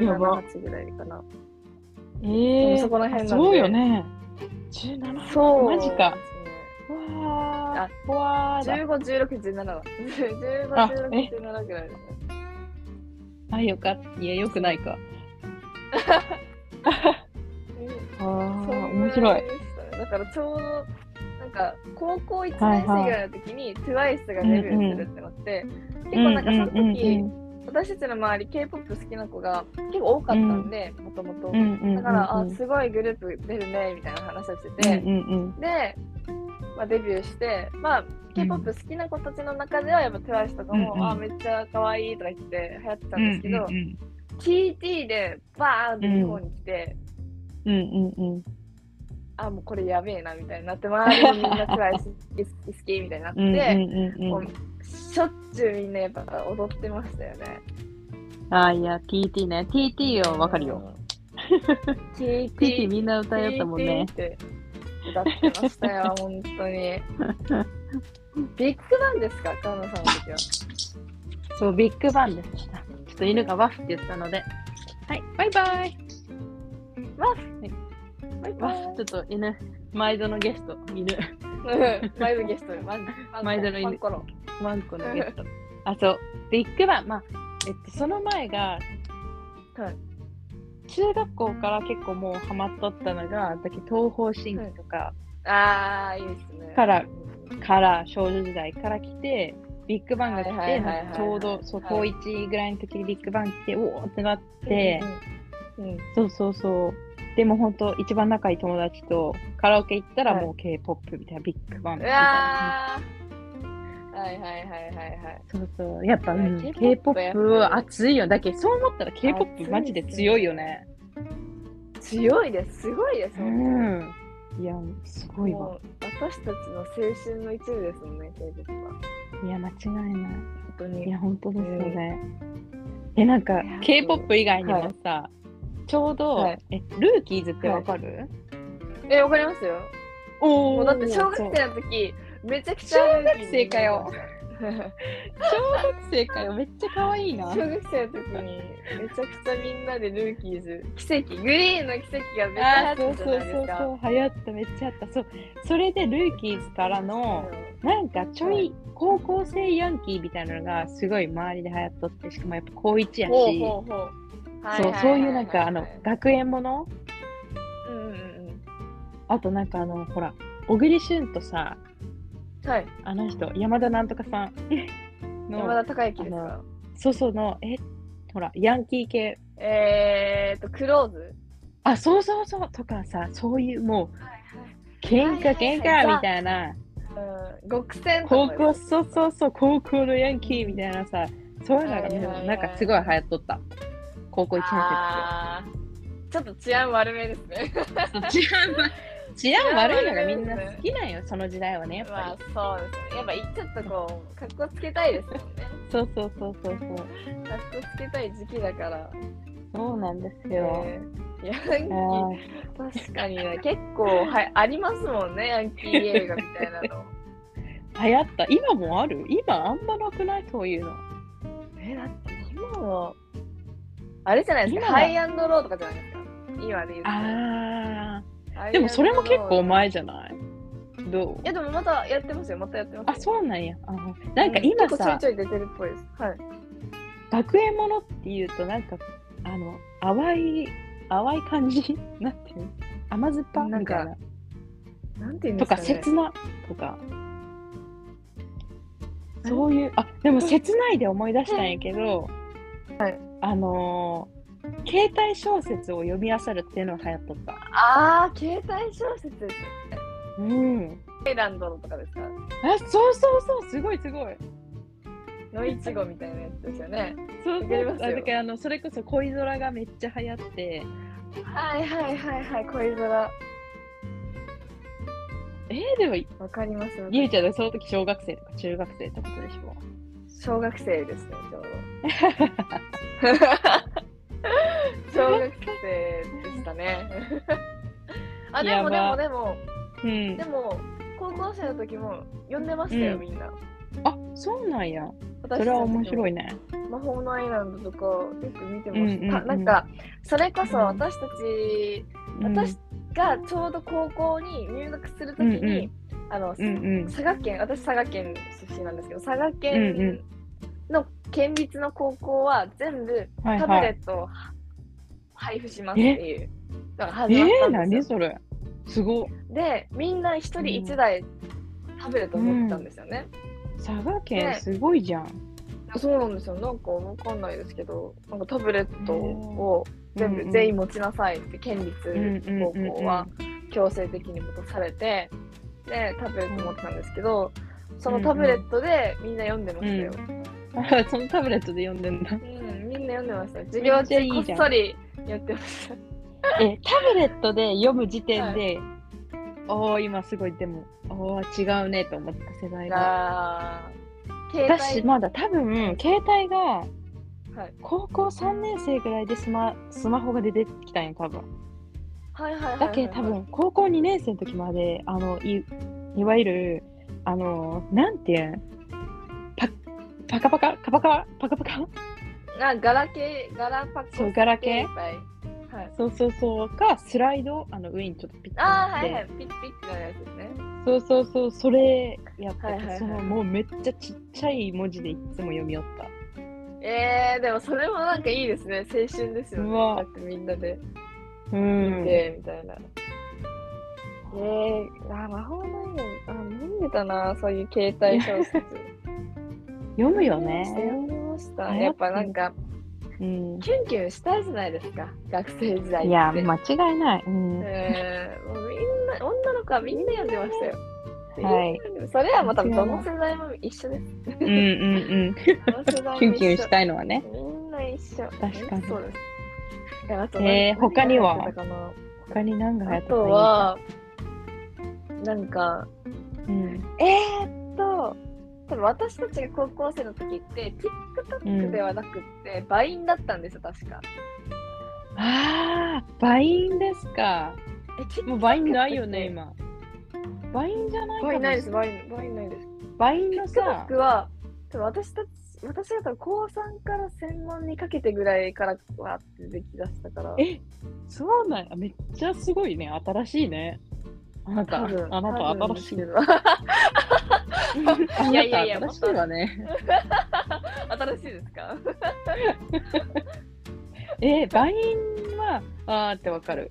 [SPEAKER 2] や
[SPEAKER 1] 17、
[SPEAKER 2] ば
[SPEAKER 1] 8ぐらいかな。
[SPEAKER 2] え
[SPEAKER 1] で
[SPEAKER 2] ー
[SPEAKER 1] もそこら辺なんで
[SPEAKER 2] そうよね17
[SPEAKER 1] そう。
[SPEAKER 2] マジか。わ
[SPEAKER 1] あ
[SPEAKER 2] ーわーだ
[SPEAKER 1] 15、16、17だ。15、
[SPEAKER 2] あ
[SPEAKER 1] 16、
[SPEAKER 2] え
[SPEAKER 1] 17ぐらいですね。
[SPEAKER 2] あ、よかった。いや、よくないか。
[SPEAKER 1] うん
[SPEAKER 2] ああ、
[SPEAKER 1] そんな
[SPEAKER 2] 面
[SPEAKER 1] ぐら
[SPEAKER 2] 白い。
[SPEAKER 1] でしたねだからちょうど、なんか、高校1年生ぐらいの時に TWICE がデビューするってなって、結構なんかその時、
[SPEAKER 2] うん
[SPEAKER 1] 私たちの周り K-POP 好きな子が結構多かったんで、もともと
[SPEAKER 2] うんう。んうんうんうんうん
[SPEAKER 1] だから、あ、すごいグループ出るね、みたいな話をして
[SPEAKER 2] うん
[SPEAKER 1] て、
[SPEAKER 2] うんうん
[SPEAKER 1] で、まあ、デビューして、まあ、K-POP 好きな子たちの中ではやっぱ TWICE とかも、
[SPEAKER 2] うんうん
[SPEAKER 1] あめっちゃ可愛いとか言って流行ってたんですけど、
[SPEAKER 2] うん
[SPEAKER 1] TT でバーンって日本に来て、
[SPEAKER 2] うんうんうん
[SPEAKER 1] あもうこれやべえなみたいになって周りもみんな TWICE 好き好きみたいになって、
[SPEAKER 2] うんうんうん
[SPEAKER 1] も
[SPEAKER 2] う
[SPEAKER 1] うしょっちゅうみんなやっぱ踊ってましたよね。
[SPEAKER 2] ん。ああ、いや、TT ね。TT はわかるよ。
[SPEAKER 1] うん。TT
[SPEAKER 2] TT みんな歌いよったもんね
[SPEAKER 1] TT。って歌ってました
[SPEAKER 2] [laughs]
[SPEAKER 1] よ、本当に。ビッグバンですか、カンナさんの時は。
[SPEAKER 2] そう、ビッグバンでした。ちょっと犬がワッフって言ったので。はい、バイバイ。
[SPEAKER 1] ワッバイ
[SPEAKER 2] ワ
[SPEAKER 1] バイ
[SPEAKER 2] ッフ、ちょっと犬。毎度のゲスト、犬。
[SPEAKER 1] うん毎度ゲスト [laughs] よ。マジマンコ
[SPEAKER 2] 毎度の
[SPEAKER 1] マンコロ
[SPEAKER 2] ワンコのゲスト。 [laughs] あ、そう。ビッグバン。まあ、えっと、その前が、
[SPEAKER 1] はい
[SPEAKER 2] 中学校から結構もうハマっとったのが、だけ東方神起とか
[SPEAKER 1] ああ、いいですね。
[SPEAKER 2] から
[SPEAKER 1] うん
[SPEAKER 2] から、少女時代から来て、ビッグバンが来
[SPEAKER 1] はいはい
[SPEAKER 2] て、
[SPEAKER 1] はいはい
[SPEAKER 2] なんかちょうどそう高1ぐらいの時にビッグバン来て、おおってなって、
[SPEAKER 1] うんうんうん
[SPEAKER 2] そうそうそう。でも本当、一番仲いい友達とカラオケ行ったら
[SPEAKER 1] はい
[SPEAKER 2] もう K-POP みたいな、ビッグバ
[SPEAKER 1] う
[SPEAKER 2] ンみたいな。
[SPEAKER 1] わーはいはいはいはいはい。
[SPEAKER 2] そうそう。やっぱ、うん
[SPEAKER 1] いや
[SPEAKER 2] K-POP
[SPEAKER 1] K-POP
[SPEAKER 2] は熱いよ。だけどそう思ったら K-POP マジで強いよね。
[SPEAKER 1] 強いです、すごいです。本
[SPEAKER 2] ん。いや、す
[SPEAKER 1] 当
[SPEAKER 2] ご
[SPEAKER 1] に
[SPEAKER 2] いわ。
[SPEAKER 1] もう私たちの青春の一部ですもんね、K-POP は。本
[SPEAKER 2] いや、間違いな
[SPEAKER 1] 当
[SPEAKER 2] い。い
[SPEAKER 1] に。
[SPEAKER 2] や、本当ですよね。え、なんか
[SPEAKER 1] いや、
[SPEAKER 2] K-POP 以外に
[SPEAKER 1] は
[SPEAKER 2] もさ、ちょうど、
[SPEAKER 1] はい
[SPEAKER 2] え、ルーキーズってわかる、
[SPEAKER 1] え、わかりますよ。
[SPEAKER 2] お
[SPEAKER 1] もうだって小学
[SPEAKER 2] そう
[SPEAKER 1] 生の時、めちゃくちゃ小
[SPEAKER 2] 学生かよ。小学生かよ。めっちゃ可愛いな。
[SPEAKER 1] [laughs] 小学生の時にめちゃくちゃみんなでルーキーズ奇跡グリーンの奇跡がめっち
[SPEAKER 2] あ
[SPEAKER 1] ゃ
[SPEAKER 2] ー
[SPEAKER 1] 流
[SPEAKER 2] そ
[SPEAKER 1] 行
[SPEAKER 2] う
[SPEAKER 1] ってた
[SPEAKER 2] そ
[SPEAKER 1] じゃ
[SPEAKER 2] う
[SPEAKER 1] ないですか
[SPEAKER 2] そうそう流行っためっちゃあったそうそれでルーキーズからのなんかちょい高校生ヤンキーみたいなのがすごい周りで流行っとってしかもやっぱ高1やし
[SPEAKER 1] ほうほうほうはい
[SPEAKER 2] そ
[SPEAKER 1] は
[SPEAKER 2] う
[SPEAKER 1] はは
[SPEAKER 2] そういうなんかあの学園もの
[SPEAKER 1] うんうんうん
[SPEAKER 2] あとなんかあのほら小栗旬とさ
[SPEAKER 1] はい。
[SPEAKER 2] あの人山田なんとかさん
[SPEAKER 1] [laughs] 山
[SPEAKER 2] の
[SPEAKER 1] 田孝之ですか
[SPEAKER 2] そうそうのえほらヤンキー系
[SPEAKER 1] えーっと、クローズ
[SPEAKER 2] あそうそうそうとかさそういうも
[SPEAKER 1] は
[SPEAKER 2] う喧嘩喧
[SPEAKER 1] はいはいはい
[SPEAKER 2] 嘩みたいない
[SPEAKER 1] はい。うん、極戦と
[SPEAKER 2] 高
[SPEAKER 1] か
[SPEAKER 2] 校そうそうそう高校のヤンキーみたいなさそういうのが
[SPEAKER 1] はいはいは
[SPEAKER 2] も
[SPEAKER 1] いう
[SPEAKER 2] なんかすごい流行っとった高校1年
[SPEAKER 1] あーちょっと治安悪めですね。
[SPEAKER 2] 生の時治安悪い [laughs] 治安悪いのがみんな好きなんよその時代はねやっぱり、
[SPEAKER 1] まあそうですね。やっぱいちょっとこう、かっこつけたいですもんね。
[SPEAKER 2] そうそうそうそうそう
[SPEAKER 1] かっこつけたい時期だから。
[SPEAKER 2] そうなんですよ、
[SPEAKER 1] えーヤンキ
[SPEAKER 2] あ
[SPEAKER 1] ー
[SPEAKER 2] ー
[SPEAKER 1] 確かにね、結構はいありますもんね、ヤンキー映画みたいな
[SPEAKER 2] [laughs]
[SPEAKER 1] の。
[SPEAKER 2] 流行った今もある今あんまなくないそういうの
[SPEAKER 1] え、だって今は、あれじゃないですか、
[SPEAKER 2] 今は
[SPEAKER 1] ハイアンドローとかじゃないですか、今で言うと。
[SPEAKER 2] あ
[SPEAKER 1] ハイアンドロ
[SPEAKER 2] あ
[SPEAKER 1] ー
[SPEAKER 2] でもそれも結構。前じゃないどう
[SPEAKER 1] いや、でもまたやってますよ、またやってますよ。
[SPEAKER 2] あそうなんやあのなんか今
[SPEAKER 1] 結構
[SPEAKER 2] さ
[SPEAKER 1] ちょいちょい出てるっぽいです。はい。
[SPEAKER 2] 学園ものっていうとなんかあの淡い淡い感じ [laughs] なんていうの甘酸っぱ
[SPEAKER 1] なん
[SPEAKER 2] み
[SPEAKER 1] か
[SPEAKER 2] たいな
[SPEAKER 1] なんていうんですか、
[SPEAKER 2] とか
[SPEAKER 1] ね、
[SPEAKER 2] 切なとか
[SPEAKER 1] あれ
[SPEAKER 2] そういうあでも切ないで思い出したんやけど、
[SPEAKER 1] はい
[SPEAKER 2] あのー携帯小説を読み漁るっていうのが流行っとった。
[SPEAKER 1] ああ、携帯小説ですね。
[SPEAKER 2] うん。
[SPEAKER 1] アイランドのとかですか。
[SPEAKER 2] あ、そうそうそう、すごいすごい。
[SPEAKER 1] のいちごみたいなやつですよね。
[SPEAKER 2] そう
[SPEAKER 1] わか
[SPEAKER 2] そ
[SPEAKER 1] り
[SPEAKER 2] う
[SPEAKER 1] ますよ
[SPEAKER 2] あだからあのそれこそ恋空がめっちゃ流行って
[SPEAKER 1] はいはいはいはい、恋空。
[SPEAKER 2] えー、でも
[SPEAKER 1] わかりますよ。
[SPEAKER 2] ゆうちゃんはその時小学生とか中学生ってことでしょ
[SPEAKER 1] 小学生ですね、ちょうど。
[SPEAKER 2] [laughs]
[SPEAKER 1] 小学生でしたね。あ、で
[SPEAKER 2] や
[SPEAKER 1] も
[SPEAKER 2] ば
[SPEAKER 1] でもでも、
[SPEAKER 2] うん
[SPEAKER 1] でも、高校生の時も呼んでましたよ、
[SPEAKER 2] うん
[SPEAKER 1] みんな。
[SPEAKER 2] あそうなんや
[SPEAKER 1] 私たち
[SPEAKER 2] それは面白
[SPEAKER 1] い。
[SPEAKER 2] いね
[SPEAKER 1] 魔法のアイランドとか、よく見てました。
[SPEAKER 2] うんうんうん
[SPEAKER 1] なんか、それこそ
[SPEAKER 2] うん
[SPEAKER 1] 私たち、私がちょうど高校に入学するときに、あの、
[SPEAKER 2] うんうん
[SPEAKER 1] 佐賀県私佐賀県出身なんですけど佐賀県の県立の高校は全部タ
[SPEAKER 2] はい
[SPEAKER 1] ブ
[SPEAKER 2] はい
[SPEAKER 1] レットをは配布しますっていうのが始まっ
[SPEAKER 2] え
[SPEAKER 1] た
[SPEAKER 2] ー、
[SPEAKER 1] んで
[SPEAKER 2] 何
[SPEAKER 1] す
[SPEAKER 2] それすごっ
[SPEAKER 1] よ。でみんな一人一台タブレットを持ってたんですよね。
[SPEAKER 2] 佐賀県
[SPEAKER 1] ね
[SPEAKER 2] すごいじゃん、
[SPEAKER 1] そうなんですよなんかわかんないですけどなんかタブレットを全部、
[SPEAKER 2] うんうん
[SPEAKER 1] 全員持ちなさいって県立高校は
[SPEAKER 2] うん
[SPEAKER 1] 強制的に持たされてでタブレット持ってたんですけどそのタブレットでみんな読んでましたよ。
[SPEAKER 2] あ [laughs] そのタブレットで読んでんだ
[SPEAKER 1] うん、みんな読んでました。授
[SPEAKER 2] め
[SPEAKER 1] 業
[SPEAKER 2] っちゃいい
[SPEAKER 1] 中こ
[SPEAKER 2] じゃん
[SPEAKER 1] っそりやってました。
[SPEAKER 2] えタブレットで読む時点で、おお今すごいでもおお違うねと思った世代が
[SPEAKER 1] あー携
[SPEAKER 2] 私
[SPEAKER 1] 帯
[SPEAKER 2] まだ多分携帯が
[SPEAKER 1] はい
[SPEAKER 2] 高校3年生ぐらいでスマスマホが出てきたんよ多分
[SPEAKER 1] はいはいはいはいはい。
[SPEAKER 2] だけ多分高校2年生の時まであのいいわゆるあのなんていうんパパカパカカパカパカパカ
[SPEAKER 1] あガラケーガラパコ
[SPEAKER 2] そうガラケー
[SPEAKER 1] 携帯はい。
[SPEAKER 2] そうそうそうかスライドあの上にちょっとピッて
[SPEAKER 1] あー
[SPEAKER 2] なっ
[SPEAKER 1] は
[SPEAKER 2] て
[SPEAKER 1] いはいピッピッてのやつですね。
[SPEAKER 2] そうそうそうそれやってて、
[SPEAKER 1] はいはいはい
[SPEAKER 2] そのもうめっちゃちっちゃい文字でいっつも読み寄っ
[SPEAKER 1] えー、でもそれもなんかいいですね青春ですよ
[SPEAKER 2] う
[SPEAKER 1] ね。
[SPEAKER 2] わ
[SPEAKER 1] だってみんなで
[SPEAKER 2] たうん
[SPEAKER 1] でみたいな。えー、あ魔法の家あ飲んでたなそういう携帯小説。
[SPEAKER 2] 読むよ
[SPEAKER 1] 読
[SPEAKER 2] ね、
[SPEAKER 1] みました。やっぱなんか
[SPEAKER 2] うん、
[SPEAKER 1] キュンキュンしたいじゃないですか学生時代って。
[SPEAKER 2] いや間違いない、うん
[SPEAKER 1] えーもうみんな女の子はみんな読んでましたよ。
[SPEAKER 2] はい。
[SPEAKER 1] それはもう多分どの世代も一緒です。
[SPEAKER 2] う
[SPEAKER 1] [laughs]
[SPEAKER 2] んうん
[SPEAKER 1] どの世代も一緒
[SPEAKER 2] う [laughs] んキュンキュンしたいのはね
[SPEAKER 1] みんな一緒。
[SPEAKER 2] 確かに
[SPEAKER 1] そうです。えあと
[SPEAKER 2] えー
[SPEAKER 1] 何
[SPEAKER 2] 他には
[SPEAKER 1] 何やってたかな
[SPEAKER 2] 他に何が流行
[SPEAKER 1] あ
[SPEAKER 2] った
[SPEAKER 1] とは、なんか、
[SPEAKER 2] うん、
[SPEAKER 1] えー、っと、多分私たちが高校生の時って、TikTok ではなくって、バインだったんですよ、確か。
[SPEAKER 2] ああバインですか
[SPEAKER 1] え、TikTok
[SPEAKER 2] もうバインないよね
[SPEAKER 1] って。
[SPEAKER 2] 今バインじゃないかも
[SPEAKER 1] バインないです、
[SPEAKER 2] バイ
[SPEAKER 1] バイン、バインないです。
[SPEAKER 2] ンのさ
[SPEAKER 1] TikTok は、多分私たち、私が多分高3から専門にかけてぐらいからわーってできだしたから。
[SPEAKER 2] えそうなんやめっちゃすごいね新しいねあなた
[SPEAKER 1] 多分
[SPEAKER 2] あなた
[SPEAKER 1] 多分で
[SPEAKER 2] 新し
[SPEAKER 1] す
[SPEAKER 2] い [laughs]
[SPEAKER 1] けど
[SPEAKER 2] あ
[SPEAKER 1] いやいやいや
[SPEAKER 2] なた新しいわね。
[SPEAKER 1] [laughs] 新しいですか [laughs]
[SPEAKER 2] えバインは、あーってわかる。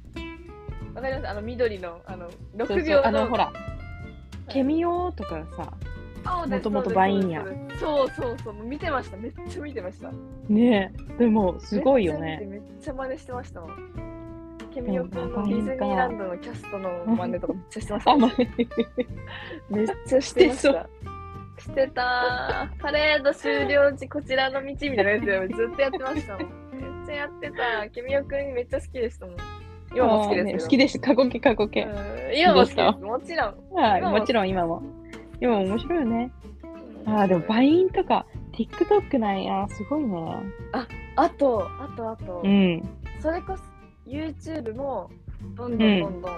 [SPEAKER 1] わかりますあの緑の、あの、
[SPEAKER 2] そ
[SPEAKER 1] 6
[SPEAKER 2] うそう
[SPEAKER 1] 秒
[SPEAKER 2] あ
[SPEAKER 1] の
[SPEAKER 2] の、ほら、ケミオとかさ、
[SPEAKER 1] そうです
[SPEAKER 2] もともとバインや
[SPEAKER 1] そうですそうですそうそうそうもう見てましためっちゃ見てました
[SPEAKER 2] ねえ、でもすごいよね。
[SPEAKER 1] めっちゃ見てめっちゃ真似してましたもんケミオくんのディズニーランドのキャストの真似とかめっちゃしてました
[SPEAKER 2] あ、まあ、
[SPEAKER 1] めっちゃしてました。してたー。パレード終了時、こちらの道みたいなやつでずっとやってましたもん。めっちゃやってた。ケミオくんめっちゃ好きでしたもん。 [laughs] 今も好きですけど。
[SPEAKER 2] 好きです。過去形、過去形。
[SPEAKER 1] うん今も好きです。もちろん。
[SPEAKER 2] はい、
[SPEAKER 1] 今も
[SPEAKER 2] もちろん今も。今も面白いよね。あーでも、バ
[SPEAKER 1] イ
[SPEAKER 2] インとか、TikTok なんや、すごいね。
[SPEAKER 1] あと、あと、あと、
[SPEAKER 2] うん。
[SPEAKER 1] それこそ YouTube もどんどんどんどん。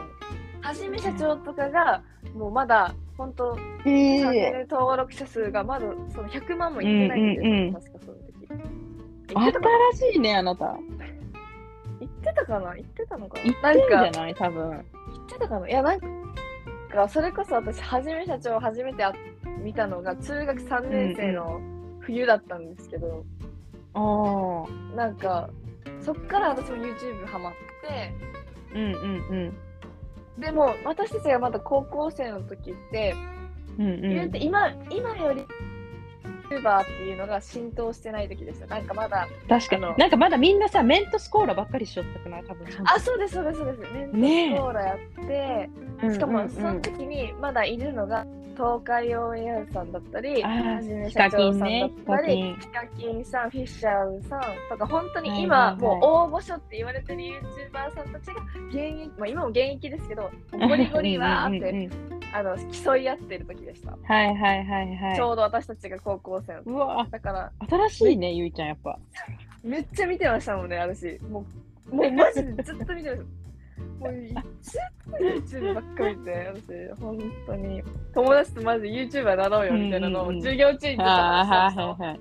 [SPEAKER 1] はじめ社長とかが、もうまだ、本当チャンネル登録者数がまだその100万もいってないんですよ、
[SPEAKER 2] うんうんうん
[SPEAKER 1] 確かその時。言ってたかな
[SPEAKER 2] 新しいね、あなた。
[SPEAKER 1] 言ってたかな言ってたのかな
[SPEAKER 2] 言って
[SPEAKER 1] なん
[SPEAKER 2] じ
[SPEAKER 1] んか
[SPEAKER 2] ゃない多分。
[SPEAKER 1] 言ってたかないやなんかそれこそ私はじめ社長を初めて会見たのが中学3年生の冬だったんですけど、
[SPEAKER 2] ああ。
[SPEAKER 1] なんかそっから私も YouTube ハマって
[SPEAKER 2] うんうん
[SPEAKER 1] でも私たちがまだ高校生の時って、
[SPEAKER 2] うん。うん
[SPEAKER 1] 言
[SPEAKER 2] う
[SPEAKER 1] うんて。今今より YouTuber っていうのが浸透してない時でしたなんかまだ
[SPEAKER 2] 確か
[SPEAKER 1] あの
[SPEAKER 2] に。なんかまだみんなさ、メントスコーラばっかりしよったくない多分。
[SPEAKER 1] [laughs] あそうですそうですそうですメント
[SPEAKER 2] ねえ
[SPEAKER 1] スコーラやって、しかもその時にまだいるのが東海オンエアさんだったり、
[SPEAKER 2] あー
[SPEAKER 1] はじめ社長さんだったり、
[SPEAKER 2] ヒ
[SPEAKER 1] ヒカキンさん、フィッシャーさんとか、本当に
[SPEAKER 2] はい
[SPEAKER 1] 今、
[SPEAKER 2] はいはい
[SPEAKER 1] もう大御所って言われてる YouTuber さんたちが現役、まあ、今も現役ですけど、ゴリゴリわーっ
[SPEAKER 2] [laughs] うんう
[SPEAKER 1] て
[SPEAKER 2] んうん
[SPEAKER 1] あの競い合ってる時でした、
[SPEAKER 2] はいはいはいは
[SPEAKER 1] ちょうど私たちが高校生の時
[SPEAKER 2] い。うわ
[SPEAKER 1] だから、
[SPEAKER 2] 新しいね、ゆいちゃん、やっぱ。
[SPEAKER 1] めっちゃ見てましたもんね、私。もう、もうマジでずっと見てました。もう、ずっと YouTube ばっか見て、私、本当に。友達とマジ YouTuber なろうよみたいなのを
[SPEAKER 2] うんうんうん
[SPEAKER 1] 授業中にずっと話してましたもん
[SPEAKER 2] いはい。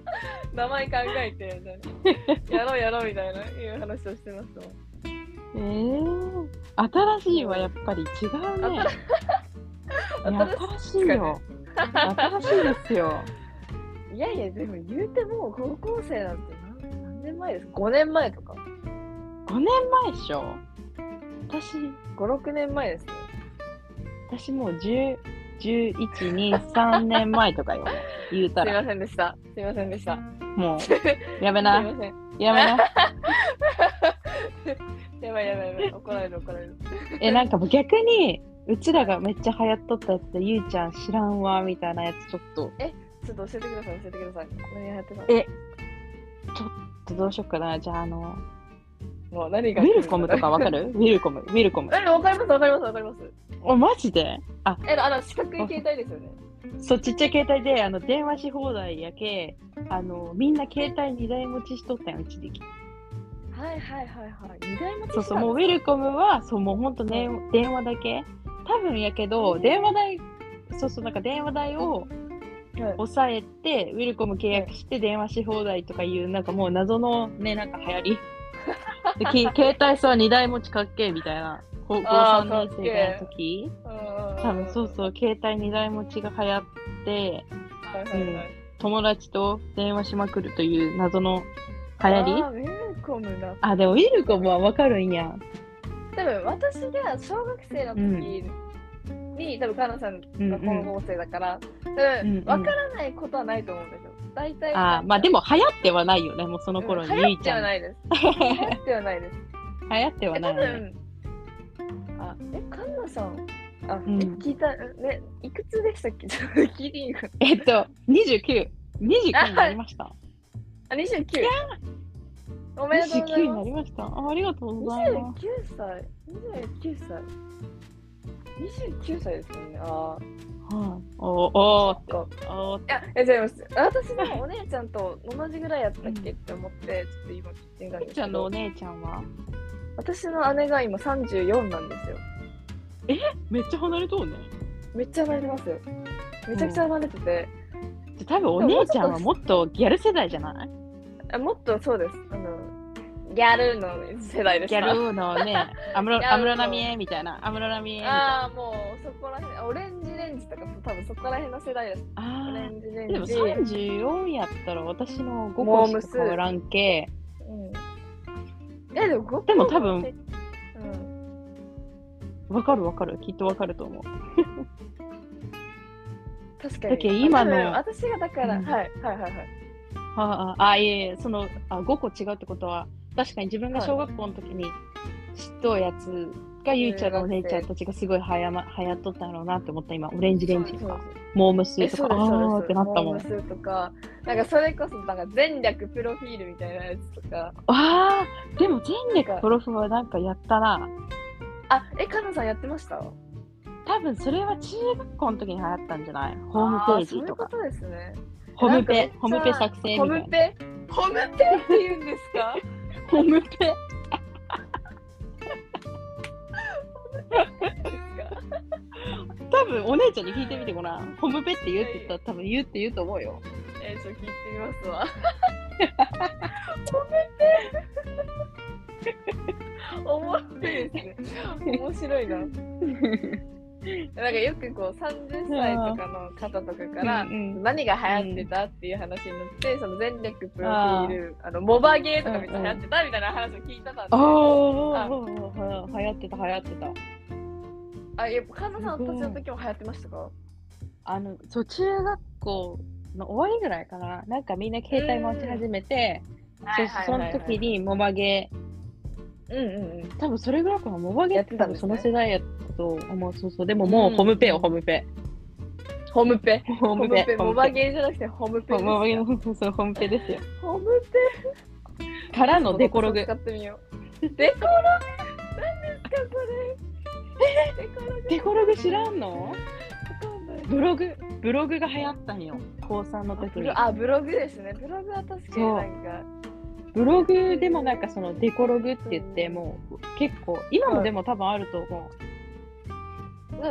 [SPEAKER 1] 名前考えてみたいなやろうやろうみたいないう話をしてましたもん
[SPEAKER 2] えー、新しいはやっぱり違うね。いや新しいよ。新しいです [laughs] よ。
[SPEAKER 1] いやいやでも言うてもう高校生なんて何何年前ですか5年前とか
[SPEAKER 2] 5年前でしょ。私、
[SPEAKER 1] 56年前ですね
[SPEAKER 2] 私もう10、11、2、3年前とかよ。言うた
[SPEAKER 1] すい
[SPEAKER 2] ら。
[SPEAKER 1] ませんでしたすいませんでしたす
[SPEAKER 2] も
[SPEAKER 1] [laughs]
[SPEAKER 2] う、やめ
[SPEAKER 1] いま
[SPEAKER 2] な、
[SPEAKER 1] せん
[SPEAKER 2] やめな。
[SPEAKER 1] やばいやばいやばい怒られる怒られる
[SPEAKER 2] え、なんかもう逆に、うちらがめっちゃ流行っとったやつで、ゆいちゃん知らんわ、みたいなやつちょっと、
[SPEAKER 1] ちょっと教えてください教えてください何やってたの
[SPEAKER 2] えどうしよっかな。じゃあ、あの、
[SPEAKER 1] もう何
[SPEAKER 2] ウ
[SPEAKER 1] が
[SPEAKER 2] ィルコムとかわかる [laughs] ウィルコム、ウィルコム。
[SPEAKER 1] えわかりますわかりますわかります
[SPEAKER 2] お、マジであ、
[SPEAKER 1] えあの四角い携帯ですよね
[SPEAKER 2] そう、ちっちゃい携帯で、あの、電話し放題やけ、あの、みんな携帯2台持ちしとったんよ、うちでき。
[SPEAKER 1] はいはいはいはい二台持ち
[SPEAKER 2] そうそう、もうウ
[SPEAKER 1] ル
[SPEAKER 2] ィルコムは、そう、もうほんと、ね、電話だけ。多分やけど、電話代、そうそう、なんか電話代を抑えて、ウィルコム契約して電話し放題とかいう、なんかもう謎のね、なんか流行り。で [laughs] き携帯さ、2台持ちかっけえみたいな。高校
[SPEAKER 1] あ
[SPEAKER 2] 3
[SPEAKER 1] ー
[SPEAKER 2] 年
[SPEAKER 1] かっけ
[SPEAKER 2] 生
[SPEAKER 1] え
[SPEAKER 2] の時
[SPEAKER 1] 多
[SPEAKER 2] 多分そうそう、携帯2台持ちが流行って、
[SPEAKER 1] はいはいはい
[SPEAKER 2] 友達と電話しまくるという謎の流行り
[SPEAKER 1] あーウェルコムだ。
[SPEAKER 2] あでもウィルコムはわかるんや
[SPEAKER 1] 多分私が小学生の時に、多分カナさんが高校生だから、
[SPEAKER 2] うんうん
[SPEAKER 1] 多分わからないことはないと思うんですよ。大体。
[SPEAKER 2] あーまあで
[SPEAKER 1] も、
[SPEAKER 2] も流行ってはないよねもうその頃にゆ
[SPEAKER 1] 流
[SPEAKER 2] い
[SPEAKER 1] 行っ
[SPEAKER 2] ち
[SPEAKER 1] て
[SPEAKER 2] ゃ
[SPEAKER 1] は
[SPEAKER 2] ん流
[SPEAKER 1] ないです。流行ってはないです。
[SPEAKER 2] 行っては
[SPEAKER 1] え多
[SPEAKER 2] ないよね
[SPEAKER 1] 分あえカンナさんあ、
[SPEAKER 2] ん
[SPEAKER 1] え聞いたねいくつでしたっけ [laughs] ちょっと聞いていいかな
[SPEAKER 2] えっと2929になりました
[SPEAKER 1] あ二十九。おめでとうござい
[SPEAKER 2] 29に
[SPEAKER 1] ま
[SPEAKER 2] な
[SPEAKER 1] す
[SPEAKER 2] り。ましたあありがとうござい
[SPEAKER 1] 29
[SPEAKER 2] ます
[SPEAKER 1] 歳29歳29歳ですもんねああ
[SPEAKER 2] はいおーおー
[SPEAKER 1] そっか
[SPEAKER 2] おー
[SPEAKER 1] いや、え、違います。私のお姉ちゃんと同じぐらいやったっけって思って、ちょっと今聞いてみたんで
[SPEAKER 2] ゆい
[SPEAKER 1] す
[SPEAKER 2] ちゃ
[SPEAKER 1] け
[SPEAKER 2] んの
[SPEAKER 1] ど、
[SPEAKER 2] お姉ちゃんは
[SPEAKER 1] 私の姉が今34なんですよ。
[SPEAKER 2] めっちゃ離れとうね
[SPEAKER 1] めっちゃ離れてますよ。めちゃくちゃ離れてて、
[SPEAKER 2] じゃ多分お姉ちゃんはもっとギャル世代じゃない
[SPEAKER 1] あもっとそうです。あの、ギャルの世代です
[SPEAKER 2] ギ
[SPEAKER 1] か
[SPEAKER 2] ャルのね安室
[SPEAKER 1] ギャルの
[SPEAKER 2] 安室奈美恵みたいな安室奈美恵みたいな
[SPEAKER 1] ああ、もうそこら辺、オレンジレンジとか、多分そこら辺の世代です。
[SPEAKER 2] あ
[SPEAKER 1] オ
[SPEAKER 2] ー
[SPEAKER 1] レンジレ
[SPEAKER 2] でも
[SPEAKER 1] ンジ。
[SPEAKER 2] 34やったら私の5
[SPEAKER 1] モ
[SPEAKER 2] 個
[SPEAKER 1] ーム
[SPEAKER 2] し
[SPEAKER 1] ス
[SPEAKER 2] か変わらんけ
[SPEAKER 1] うん、え、でも5
[SPEAKER 2] でも多分
[SPEAKER 1] うん。
[SPEAKER 2] わかるわかるきっとわかると思う
[SPEAKER 1] 確か
[SPEAKER 2] だけど
[SPEAKER 1] に。
[SPEAKER 2] 今の
[SPEAKER 1] 多分私がだから、
[SPEAKER 2] うん
[SPEAKER 1] はいはいはいはい。
[SPEAKER 2] ああ、あいえいえ、そのあ5個違うってことは、確かに自分が小学校の時に知っとうやつが、ゆいちゃんのお姉ちゃんたちがすごいはや,、ま、はやっとったんやろうなって思った、今、オレンジレンジと
[SPEAKER 1] そう
[SPEAKER 2] か、モームス
[SPEAKER 1] え
[SPEAKER 2] と
[SPEAKER 1] そ
[SPEAKER 2] か
[SPEAKER 1] う、で
[SPEAKER 2] あ
[SPEAKER 1] すそう
[SPEAKER 2] ー
[SPEAKER 1] です
[SPEAKER 2] ってなったもん。
[SPEAKER 1] モー
[SPEAKER 2] あ
[SPEAKER 1] 娘とかなんかそれこそなんか全略プロフィールみたいなやつとか
[SPEAKER 2] あー、でも、前略プロフはなんかやったな。
[SPEAKER 1] あえかなさんやってました
[SPEAKER 2] 多分それは中学校の時に流行ったんじゃないホームページとか
[SPEAKER 1] あ。そういうことですね
[SPEAKER 2] ホーム
[SPEAKER 1] なん
[SPEAKER 2] ペ
[SPEAKER 1] か、
[SPEAKER 2] ホームペ作成
[SPEAKER 1] ホー
[SPEAKER 2] みたい
[SPEAKER 1] ム
[SPEAKER 2] な。
[SPEAKER 1] ペホームペって言うんですか [laughs]
[SPEAKER 2] ホームペ多分お姉ちゃんに聞いてみてごらん。ホームペって言うって言ったら多分言うって言うと思うよ。
[SPEAKER 1] えちょっと聞いてみますわ [laughs] ホームペおもろいですね面白い
[SPEAKER 2] [laughs]
[SPEAKER 1] ななんかよくこう30歳とかの方とかから
[SPEAKER 2] うんうん
[SPEAKER 1] 何が流行ってたっていう話になって、その全力プロフィールあのモバゲーとかめっちゃ流行ってたみたいな話を聞いたので、
[SPEAKER 2] ああ
[SPEAKER 1] あ、
[SPEAKER 2] 流行ってた、流行ってた。
[SPEAKER 1] あやっぱ神田さんたちの時も流行ってましたか
[SPEAKER 2] あの、そう、中学校の終わりぐらいかな。なんかみんな携帯持ち始めて、そうそうその時にモバゲー、
[SPEAKER 1] うんうんうん
[SPEAKER 2] 多分それぐらいかな、モバゲーって多分その
[SPEAKER 1] やってた
[SPEAKER 2] 世代やと思う。そうそう、でももうホームペよ、ホームペ。
[SPEAKER 1] ホームペ
[SPEAKER 2] ホー
[SPEAKER 1] ホー
[SPEAKER 2] ム
[SPEAKER 1] ムペ
[SPEAKER 2] ペ。
[SPEAKER 1] モバゲーじゃなくてホームペです
[SPEAKER 2] モバゲーの、 [laughs] そう、ホームペですよ。
[SPEAKER 1] ホームペ
[SPEAKER 2] からのデコログ
[SPEAKER 1] 今。度こそ使ってみようデコログ何ですかそれ
[SPEAKER 2] デコログ知らんの
[SPEAKER 1] デコログ
[SPEAKER 2] ブログ、ブログが流行ったんよ。高3の時
[SPEAKER 1] ブ
[SPEAKER 2] に
[SPEAKER 1] ロ。あブログですねブログは確かになんか
[SPEAKER 2] ブログでもなんかそのデコログって言って、もう結構、今もでも多分あると思
[SPEAKER 1] うん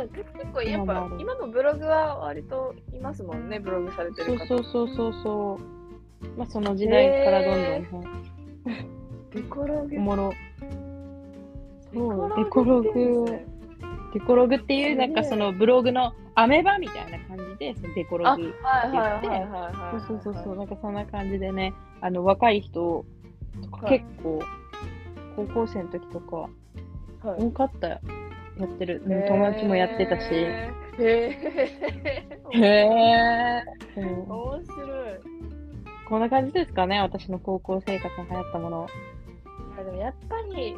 [SPEAKER 1] 結構やっ
[SPEAKER 2] 今
[SPEAKER 1] ぱ
[SPEAKER 2] もある
[SPEAKER 1] 今のブログは割といますもんねブログされ
[SPEAKER 2] う。
[SPEAKER 1] て
[SPEAKER 2] そ
[SPEAKER 1] る
[SPEAKER 2] う
[SPEAKER 1] 方
[SPEAKER 2] そうそうそうそう。まあその時代からどんどん
[SPEAKER 1] へ
[SPEAKER 2] ね、
[SPEAKER 1] デコログ
[SPEAKER 2] おもろ。そう、
[SPEAKER 1] デ
[SPEAKER 2] デコ
[SPEAKER 1] コロ
[SPEAKER 2] ログ
[SPEAKER 1] グって言うんですね
[SPEAKER 2] デコログっていうなんか
[SPEAKER 1] すげえ
[SPEAKER 2] そのブログのアメバみたいな感じで、そのデコログ。
[SPEAKER 1] はいはいはいはいはいはい
[SPEAKER 2] そうそうそうそう、なんかそんな感じでね、あの若い人とか
[SPEAKER 1] はい
[SPEAKER 2] 結構、高校生の時とか、
[SPEAKER 1] はい
[SPEAKER 2] 多かったよやってる、うん友達もやってたし。へ
[SPEAKER 1] へーへー
[SPEAKER 2] え。そう
[SPEAKER 1] 面白い
[SPEAKER 2] こんな感じですかね、私の高校生活に流行ったもの。
[SPEAKER 1] いやでもやっぱり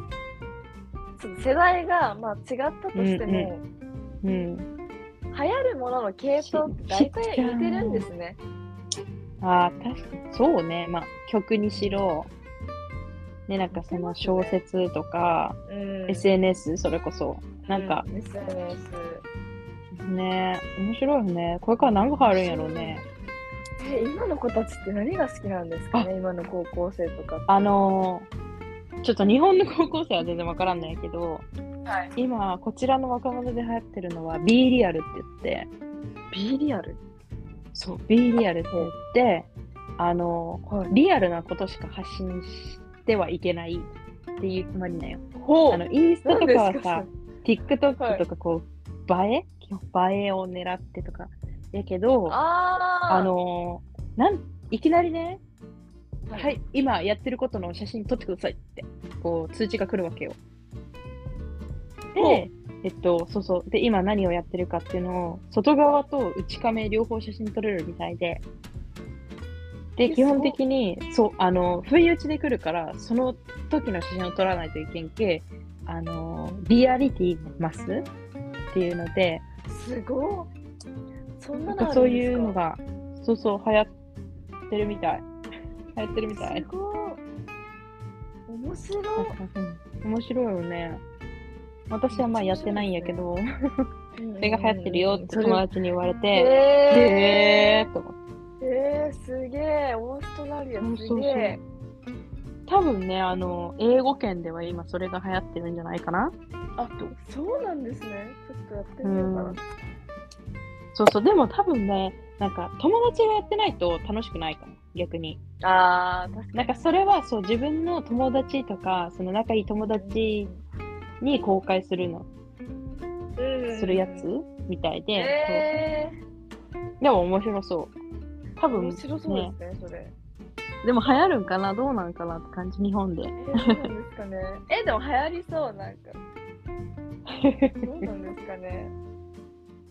[SPEAKER 1] その世代がまあ違ったとしても、
[SPEAKER 2] うん。
[SPEAKER 1] 流行るものの系統って大体似てるんですね。
[SPEAKER 2] ああ、確かに、そうね、まあ、曲にしろ、ね、なんかその小説とか、
[SPEAKER 1] うん、
[SPEAKER 2] SNS、それこそ。なんか、
[SPEAKER 1] うん SNS
[SPEAKER 2] ね、面白いよね。これから何が流行るんやろうね。
[SPEAKER 1] え今の子たちって何が好きなんですかね今の高校生とか。
[SPEAKER 2] あのーちょっと日本の高校生は全然わからんないけど、
[SPEAKER 1] はい、
[SPEAKER 2] 今、こちらの若者で流行ってるのは B リアルって言って、
[SPEAKER 1] B リアル、
[SPEAKER 2] そう、B リアルって言って、あの
[SPEAKER 1] はい
[SPEAKER 2] ー、リアルなことしか発信してはいけないっていう決まりなんよ。
[SPEAKER 1] ほ
[SPEAKER 2] あの、インスタとかは
[SPEAKER 1] な
[SPEAKER 2] さ
[SPEAKER 1] ん、
[SPEAKER 2] TikTok とかこう、映え基本映えを狙ってとか、やけど、あ
[SPEAKER 1] ああ
[SPEAKER 2] のーなん、いきなりね、
[SPEAKER 1] は
[SPEAKER 2] はい、今やってることの写真撮ってくださいって、こう、通知が来るわけよ。
[SPEAKER 1] ほ
[SPEAKER 2] で、えっと、そうそう。で、今何をやってるかっていうのを、外側と内カメ両方写真撮れるみたいで、で、
[SPEAKER 1] え
[SPEAKER 2] 基本的に、そう、あの、不意打ちで来るから、その時の写真を撮らないといけんけ、あの、リアリティますっていうので、
[SPEAKER 1] すごいそんなんの
[SPEAKER 2] なか
[SPEAKER 1] あ
[SPEAKER 2] そう
[SPEAKER 1] るんで
[SPEAKER 2] い
[SPEAKER 1] す
[SPEAKER 2] うの
[SPEAKER 1] か
[SPEAKER 2] が、そうそう、流行ってるみたい。流行ってるみたい
[SPEAKER 1] す。ごい面白い
[SPEAKER 2] 面白いよね。私はまあやってないんやけど、それが流行ってるよって友達に言われ
[SPEAKER 1] へ
[SPEAKER 2] て、
[SPEAKER 1] ー
[SPEAKER 2] へえーと思って。
[SPEAKER 1] えー、すげえ、オーストラリア
[SPEAKER 2] うん
[SPEAKER 1] す
[SPEAKER 2] そう
[SPEAKER 1] げえ。
[SPEAKER 2] 多分ね、あの、英語圏では今それが流行ってるんじゃないかな。
[SPEAKER 1] あ、そうなんですね。ちょっとやってみようか
[SPEAKER 2] うん
[SPEAKER 1] な。
[SPEAKER 2] そうそう、でも多分ね、なんか友達がやってないと楽しくないかも、逆に。
[SPEAKER 1] ああ、確
[SPEAKER 2] なんかそれはそう、自分の友達とか、その仲いい友達に公開するの、
[SPEAKER 1] に
[SPEAKER 2] するやつみたいで、
[SPEAKER 1] えー、
[SPEAKER 2] そうでも面白そう。多分、
[SPEAKER 1] 面白そうですね、それ。
[SPEAKER 2] でも流行るんかなどうなんかなって感じ、日本で。
[SPEAKER 1] えー、そうなんですかね。え、でも流行りそう、なんか。どうなんですかね。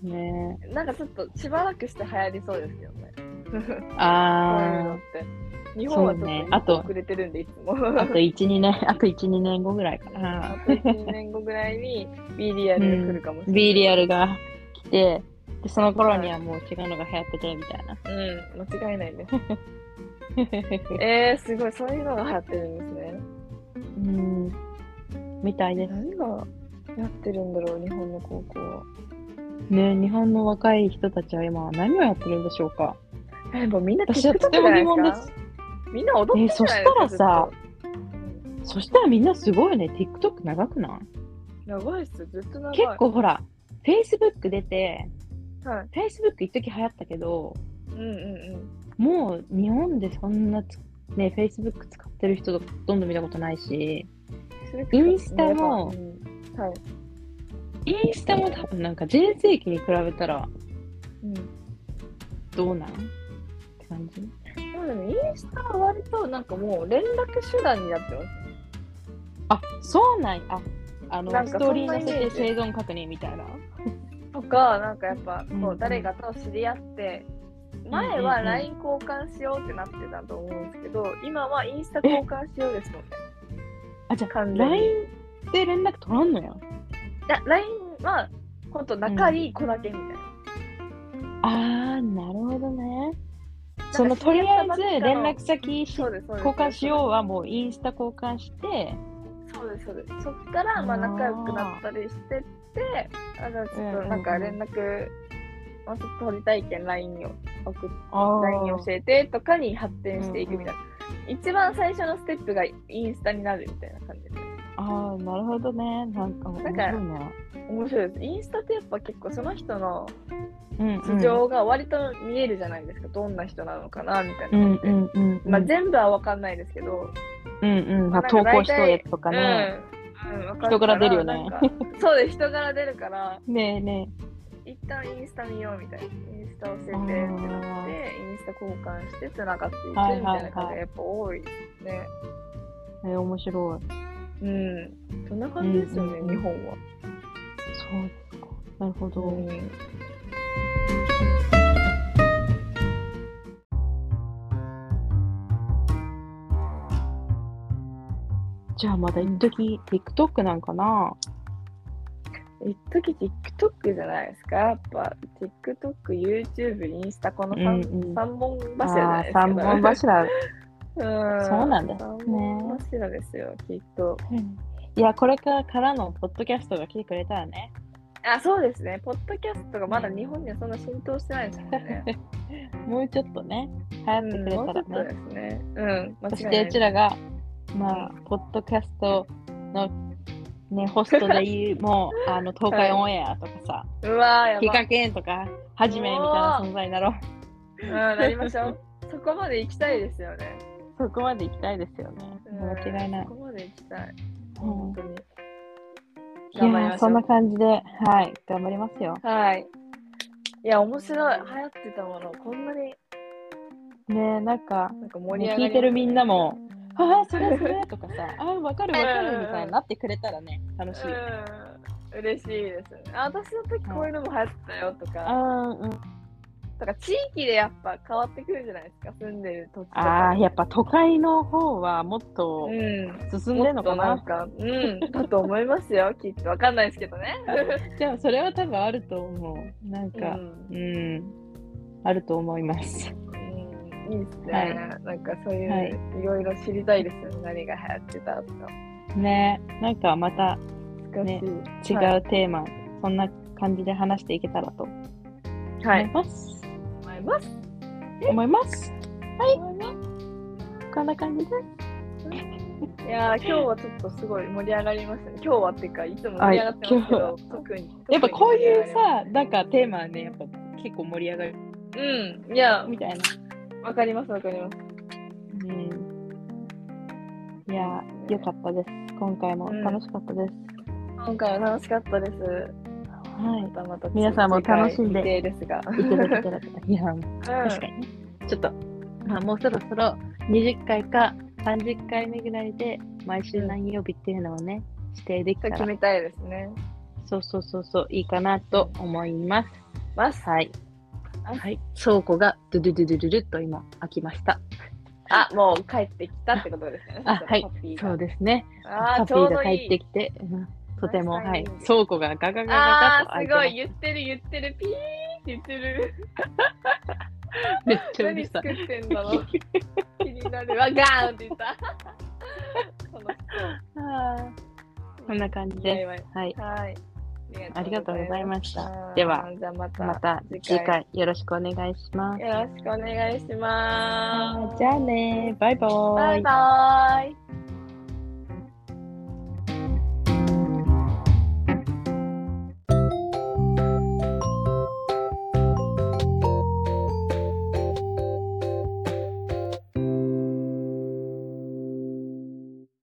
[SPEAKER 2] ね
[SPEAKER 1] なんかちょっとしばらくして流行りそうですよね。こういうのっ
[SPEAKER 2] あ
[SPEAKER 1] て。日本はちょっと
[SPEAKER 2] そうね
[SPEAKER 1] 一
[SPEAKER 2] あと
[SPEAKER 1] 歩遅れてるんで、いつも。
[SPEAKER 2] ああと12年 [laughs] あと12年後ぐらいか
[SPEAKER 1] [laughs] あ
[SPEAKER 2] な
[SPEAKER 1] と1年後ぐらいに B リアルが来るかもしれない。
[SPEAKER 2] B リアルが来てでその頃にはもう違うのが流行っててみたいな
[SPEAKER 1] うん、間違いないです。えー、すごい、そういうのが流行ってるんですね。
[SPEAKER 2] うんみたいです
[SPEAKER 1] 何がやってるんだろう、日本の高校は。
[SPEAKER 2] ね日本の若い人たちは今何をやってるんでしょうか
[SPEAKER 1] やっぱみんな
[SPEAKER 2] 私はとても疑問です
[SPEAKER 1] すか。みんな踊ってるじゃない
[SPEAKER 2] えーそしたらさ
[SPEAKER 1] ずっ
[SPEAKER 2] そしたらみんなすごいね TikTok 長くない
[SPEAKER 1] と長いっすよ、ずっと長い。
[SPEAKER 2] 結構ほら Facebook 出て
[SPEAKER 1] はい。
[SPEAKER 2] Facebook 一時流行ったけど
[SPEAKER 1] うんうん
[SPEAKER 2] もう日本でそんなつね Facebook 使ってる人ほとんど見たことないし
[SPEAKER 1] うん。
[SPEAKER 2] インスタも
[SPEAKER 1] うんはい。
[SPEAKER 2] インスタも多分なんか全盛期に比べたら
[SPEAKER 1] うん。
[SPEAKER 2] どうなんって感じ
[SPEAKER 1] まあでもインスタは割となんかもう連絡手段になってます。
[SPEAKER 2] あそうなんやああの
[SPEAKER 1] なんか
[SPEAKER 2] ストーリー
[SPEAKER 1] そんな
[SPEAKER 2] 載
[SPEAKER 1] イメー
[SPEAKER 2] せて
[SPEAKER 1] ジ
[SPEAKER 2] 生存確認みたいな
[SPEAKER 1] とか、なんかやっぱこ
[SPEAKER 2] う
[SPEAKER 1] うん誰かと知り合って、前は LINE 交換しようってなってたと思うんですけど、今はインスタ交換しようですもんね。
[SPEAKER 2] あじゃあ
[SPEAKER 1] 完全に
[SPEAKER 2] LINE で連絡取らんのや
[SPEAKER 1] いや LINE はほんと仲いい子だけみたいな。
[SPEAKER 2] あーなるほどね
[SPEAKER 1] か
[SPEAKER 2] そのとりあ
[SPEAKER 1] 知り
[SPEAKER 2] えず
[SPEAKER 1] 合ったばっか
[SPEAKER 2] 連
[SPEAKER 1] の
[SPEAKER 2] 絡先し
[SPEAKER 1] そう
[SPEAKER 2] 交
[SPEAKER 1] です、そうです。
[SPEAKER 2] 換しようはもうインスタ交換して
[SPEAKER 1] そうです、そうです。そっから、まあ、
[SPEAKER 2] あー
[SPEAKER 1] 仲良くなったりしてって、あじゃあちょっと、なんか
[SPEAKER 2] うんうんう
[SPEAKER 1] 連
[SPEAKER 2] ん
[SPEAKER 1] 絡、まあ、ちょっと取りたいけん、LINE を送っ
[SPEAKER 2] あ
[SPEAKER 1] LINE 教
[SPEAKER 2] え
[SPEAKER 1] えてとかに発展していくみたいな。一番最初のステップがインスタになるみたいな感じですね。
[SPEAKER 2] あーなるほどねなんか面白い
[SPEAKER 1] だから
[SPEAKER 2] な
[SPEAKER 1] 面白いです。インスタってやっぱ結構その人の
[SPEAKER 2] うんうん
[SPEAKER 1] 素性が割と見えるじゃないですか。どんな人なのかなみたいな感
[SPEAKER 2] うん
[SPEAKER 1] じで。
[SPEAKER 2] うんうんうん
[SPEAKER 1] まあ全部はわかんないですけど、
[SPEAKER 2] うんうん
[SPEAKER 1] まあな
[SPEAKER 2] まあ
[SPEAKER 1] んか
[SPEAKER 2] 投稿
[SPEAKER 1] 大
[SPEAKER 2] しと
[SPEAKER 1] 体
[SPEAKER 2] うやつとかね、
[SPEAKER 1] うん、うん、わか
[SPEAKER 2] 人柄出るよね
[SPEAKER 1] なんか。そうです、人柄出るから、
[SPEAKER 2] ねえね
[SPEAKER 1] 一旦インスタ見ようみたいな。インスタ教えてって
[SPEAKER 2] あ
[SPEAKER 1] なっ
[SPEAKER 2] ー
[SPEAKER 1] て、インスタ交換して繋がっていくみ
[SPEAKER 2] はいはい
[SPEAKER 1] た
[SPEAKER 2] はい
[SPEAKER 1] いな感じがやっぱ多いですね。
[SPEAKER 2] ええ面白
[SPEAKER 1] う
[SPEAKER 2] い
[SPEAKER 1] ん。そんな感じですよね、
[SPEAKER 2] うんうんうん
[SPEAKER 1] 日本は。
[SPEAKER 2] そうですかなるほど、
[SPEAKER 1] うん
[SPEAKER 2] じゃあまだ一時 TikTok なんかな
[SPEAKER 1] 一時 TikTok じゃないですかやっぱ TikTok、YouTube、インスタこの 3,、
[SPEAKER 2] うんうん
[SPEAKER 1] 三本柱じゃないですか。
[SPEAKER 2] あー三本柱
[SPEAKER 1] うん
[SPEAKER 2] そうなんですね
[SPEAKER 1] 三本柱ですよ、きっと。
[SPEAKER 2] いやこれからからのポッドキャストが来てくれたらね
[SPEAKER 1] あ、そうですね。ポッドキャストがまだ日本にはそんな浸透してないですもんね。
[SPEAKER 2] [laughs] もうちょっとね流行ってくれ
[SPEAKER 1] もう
[SPEAKER 2] た
[SPEAKER 1] ちょ
[SPEAKER 2] ら
[SPEAKER 1] っとで、
[SPEAKER 2] ね
[SPEAKER 1] すね。うん、間違
[SPEAKER 2] そ
[SPEAKER 1] い
[SPEAKER 2] し
[SPEAKER 1] な
[SPEAKER 2] て
[SPEAKER 1] いう
[SPEAKER 2] ちらがまあポッドキャストのねホストでいうもうあの東海オンエアとかさ、
[SPEAKER 1] うわー、
[SPEAKER 2] ヒ
[SPEAKER 1] [laughs] やば
[SPEAKER 2] カキンとかはじめみたいな存在になろう
[SPEAKER 1] うん、なりまし
[SPEAKER 2] [laughs]
[SPEAKER 1] ょう。そこまで行きたいですよね。
[SPEAKER 2] そこまで行きたいですよね
[SPEAKER 1] うん
[SPEAKER 2] 間違いない
[SPEAKER 1] そ、こまで行きたい。
[SPEAKER 2] うん
[SPEAKER 1] 本当に。頑張り
[SPEAKER 2] いや
[SPEAKER 1] ま
[SPEAKER 2] ー
[SPEAKER 1] しょ
[SPEAKER 2] そんな
[SPEAKER 1] う。
[SPEAKER 2] 感じではい頑張りますよ
[SPEAKER 1] はい。いや、面白い。流行ってたもの、こんなに
[SPEAKER 2] ねえなんか
[SPEAKER 1] なんか
[SPEAKER 2] もう
[SPEAKER 1] 盛り上がりますね
[SPEAKER 2] 聞いてるみん
[SPEAKER 1] [laughs]
[SPEAKER 2] なも、ああ、それ [laughs] それとかさ、ああ、わかるわかるみたいになってくれたらね、楽しい。
[SPEAKER 1] うん、嬉しいです。あ私の時こういうのも流行ってたよと
[SPEAKER 2] あ
[SPEAKER 1] か、
[SPEAKER 2] ーうん、
[SPEAKER 1] とか地域でやっぱ変わってくるじゃないですか、住んでる土地とか。
[SPEAKER 2] あー、やっぱ都会の方はもっと
[SPEAKER 1] うん。
[SPEAKER 2] 進んで
[SPEAKER 1] もっ
[SPEAKER 2] んの
[SPEAKER 1] と
[SPEAKER 2] か
[SPEAKER 1] な
[SPEAKER 2] な。 [laughs]
[SPEAKER 1] んか、うん、だと思いますよ、きっと。わかんないですけどね。
[SPEAKER 2] でもそれは多分あると思う。なん
[SPEAKER 1] う
[SPEAKER 2] か、
[SPEAKER 1] ん
[SPEAKER 2] うん、あると思います。
[SPEAKER 1] うん、いいですね、
[SPEAKER 2] はい
[SPEAKER 1] なんかそういう、
[SPEAKER 2] はい
[SPEAKER 1] い、ろいろ知りたいですよね、何が流行ってたとか。
[SPEAKER 2] ねなんかまた
[SPEAKER 1] 難しい。
[SPEAKER 2] 違
[SPEAKER 1] は
[SPEAKER 2] うテーマ、そんな感じで話していけたらと
[SPEAKER 1] は
[SPEAKER 2] 思い
[SPEAKER 1] い。
[SPEAKER 2] ます。
[SPEAKER 1] 思います。
[SPEAKER 2] 思います。
[SPEAKER 1] 思いま
[SPEAKER 2] こんな感じです。
[SPEAKER 1] すいやー、今日はちょっとすごい盛り上がりましたね。今日はっていうか、いつも盛り上がってますけ
[SPEAKER 2] は
[SPEAKER 1] ど
[SPEAKER 2] い、
[SPEAKER 1] 特に。
[SPEAKER 2] やっぱこうい
[SPEAKER 1] 特に盛り上
[SPEAKER 2] う
[SPEAKER 1] がりま
[SPEAKER 2] さ、なんかテーマはね、やっぱ結構盛り上がる
[SPEAKER 1] すね、うん、いや、
[SPEAKER 2] みたいな。
[SPEAKER 1] わかりますわかります。
[SPEAKER 2] いやー、よかったです。今回も楽しかったです。
[SPEAKER 1] 今回は楽しかったです。ま
[SPEAKER 2] は
[SPEAKER 1] たまた
[SPEAKER 2] 皆さんも楽しんで
[SPEAKER 1] 次回未定ですが。
[SPEAKER 2] い。いけるいける。い [laughs] や、確かにね。ちょっと、まあ、もうそろそろ20回か30回目ぐらいで、毎週何曜日っていうのをね、指定でき
[SPEAKER 1] う
[SPEAKER 2] た
[SPEAKER 1] ん、決
[SPEAKER 2] ら、
[SPEAKER 1] めたいですね。
[SPEAKER 2] そうそうそうそう、いいかなと思います。
[SPEAKER 1] ます。
[SPEAKER 2] はい。
[SPEAKER 1] はい
[SPEAKER 2] はい。倉庫がドゥドゥドゥドゥドゥドゥっと今開きました。
[SPEAKER 1] あ、もう帰ってきたってことですね。
[SPEAKER 2] あはい
[SPEAKER 1] パピーが
[SPEAKER 2] そうですね。
[SPEAKER 1] あー、
[SPEAKER 2] ハッピ
[SPEAKER 1] ちょう
[SPEAKER 2] ー
[SPEAKER 1] ど
[SPEAKER 2] が帰
[SPEAKER 1] い
[SPEAKER 2] っ
[SPEAKER 1] い
[SPEAKER 2] て。きて、うんとても、
[SPEAKER 1] ナイスタイ
[SPEAKER 2] はい
[SPEAKER 1] ミング。
[SPEAKER 2] 倉庫がガガガガガ
[SPEAKER 1] あ
[SPEAKER 2] と
[SPEAKER 1] ー、
[SPEAKER 2] 開い
[SPEAKER 1] す
[SPEAKER 2] てま
[SPEAKER 1] ご
[SPEAKER 2] す
[SPEAKER 1] い。言ってる言ってる。ピーって言ってる。
[SPEAKER 2] めっちゃう
[SPEAKER 1] 何
[SPEAKER 2] る
[SPEAKER 1] 作
[SPEAKER 2] さ
[SPEAKER 1] っ
[SPEAKER 2] い。
[SPEAKER 1] てんだろ
[SPEAKER 2] [laughs]
[SPEAKER 1] う。気になるわ。ガーンって言った。この
[SPEAKER 2] あーこんな感じで
[SPEAKER 1] はい。
[SPEAKER 2] す。はい。
[SPEAKER 1] はい。
[SPEAKER 2] ありがとうございました
[SPEAKER 1] あー
[SPEAKER 2] では、
[SPEAKER 1] じゃあまた、
[SPEAKER 2] また次
[SPEAKER 1] 次回
[SPEAKER 2] 回よろしくお願いします。
[SPEAKER 1] よろしくお願いしま
[SPEAKER 2] あー
[SPEAKER 1] す。
[SPEAKER 2] じゃあね。バイバーイ。
[SPEAKER 1] バイバーイ。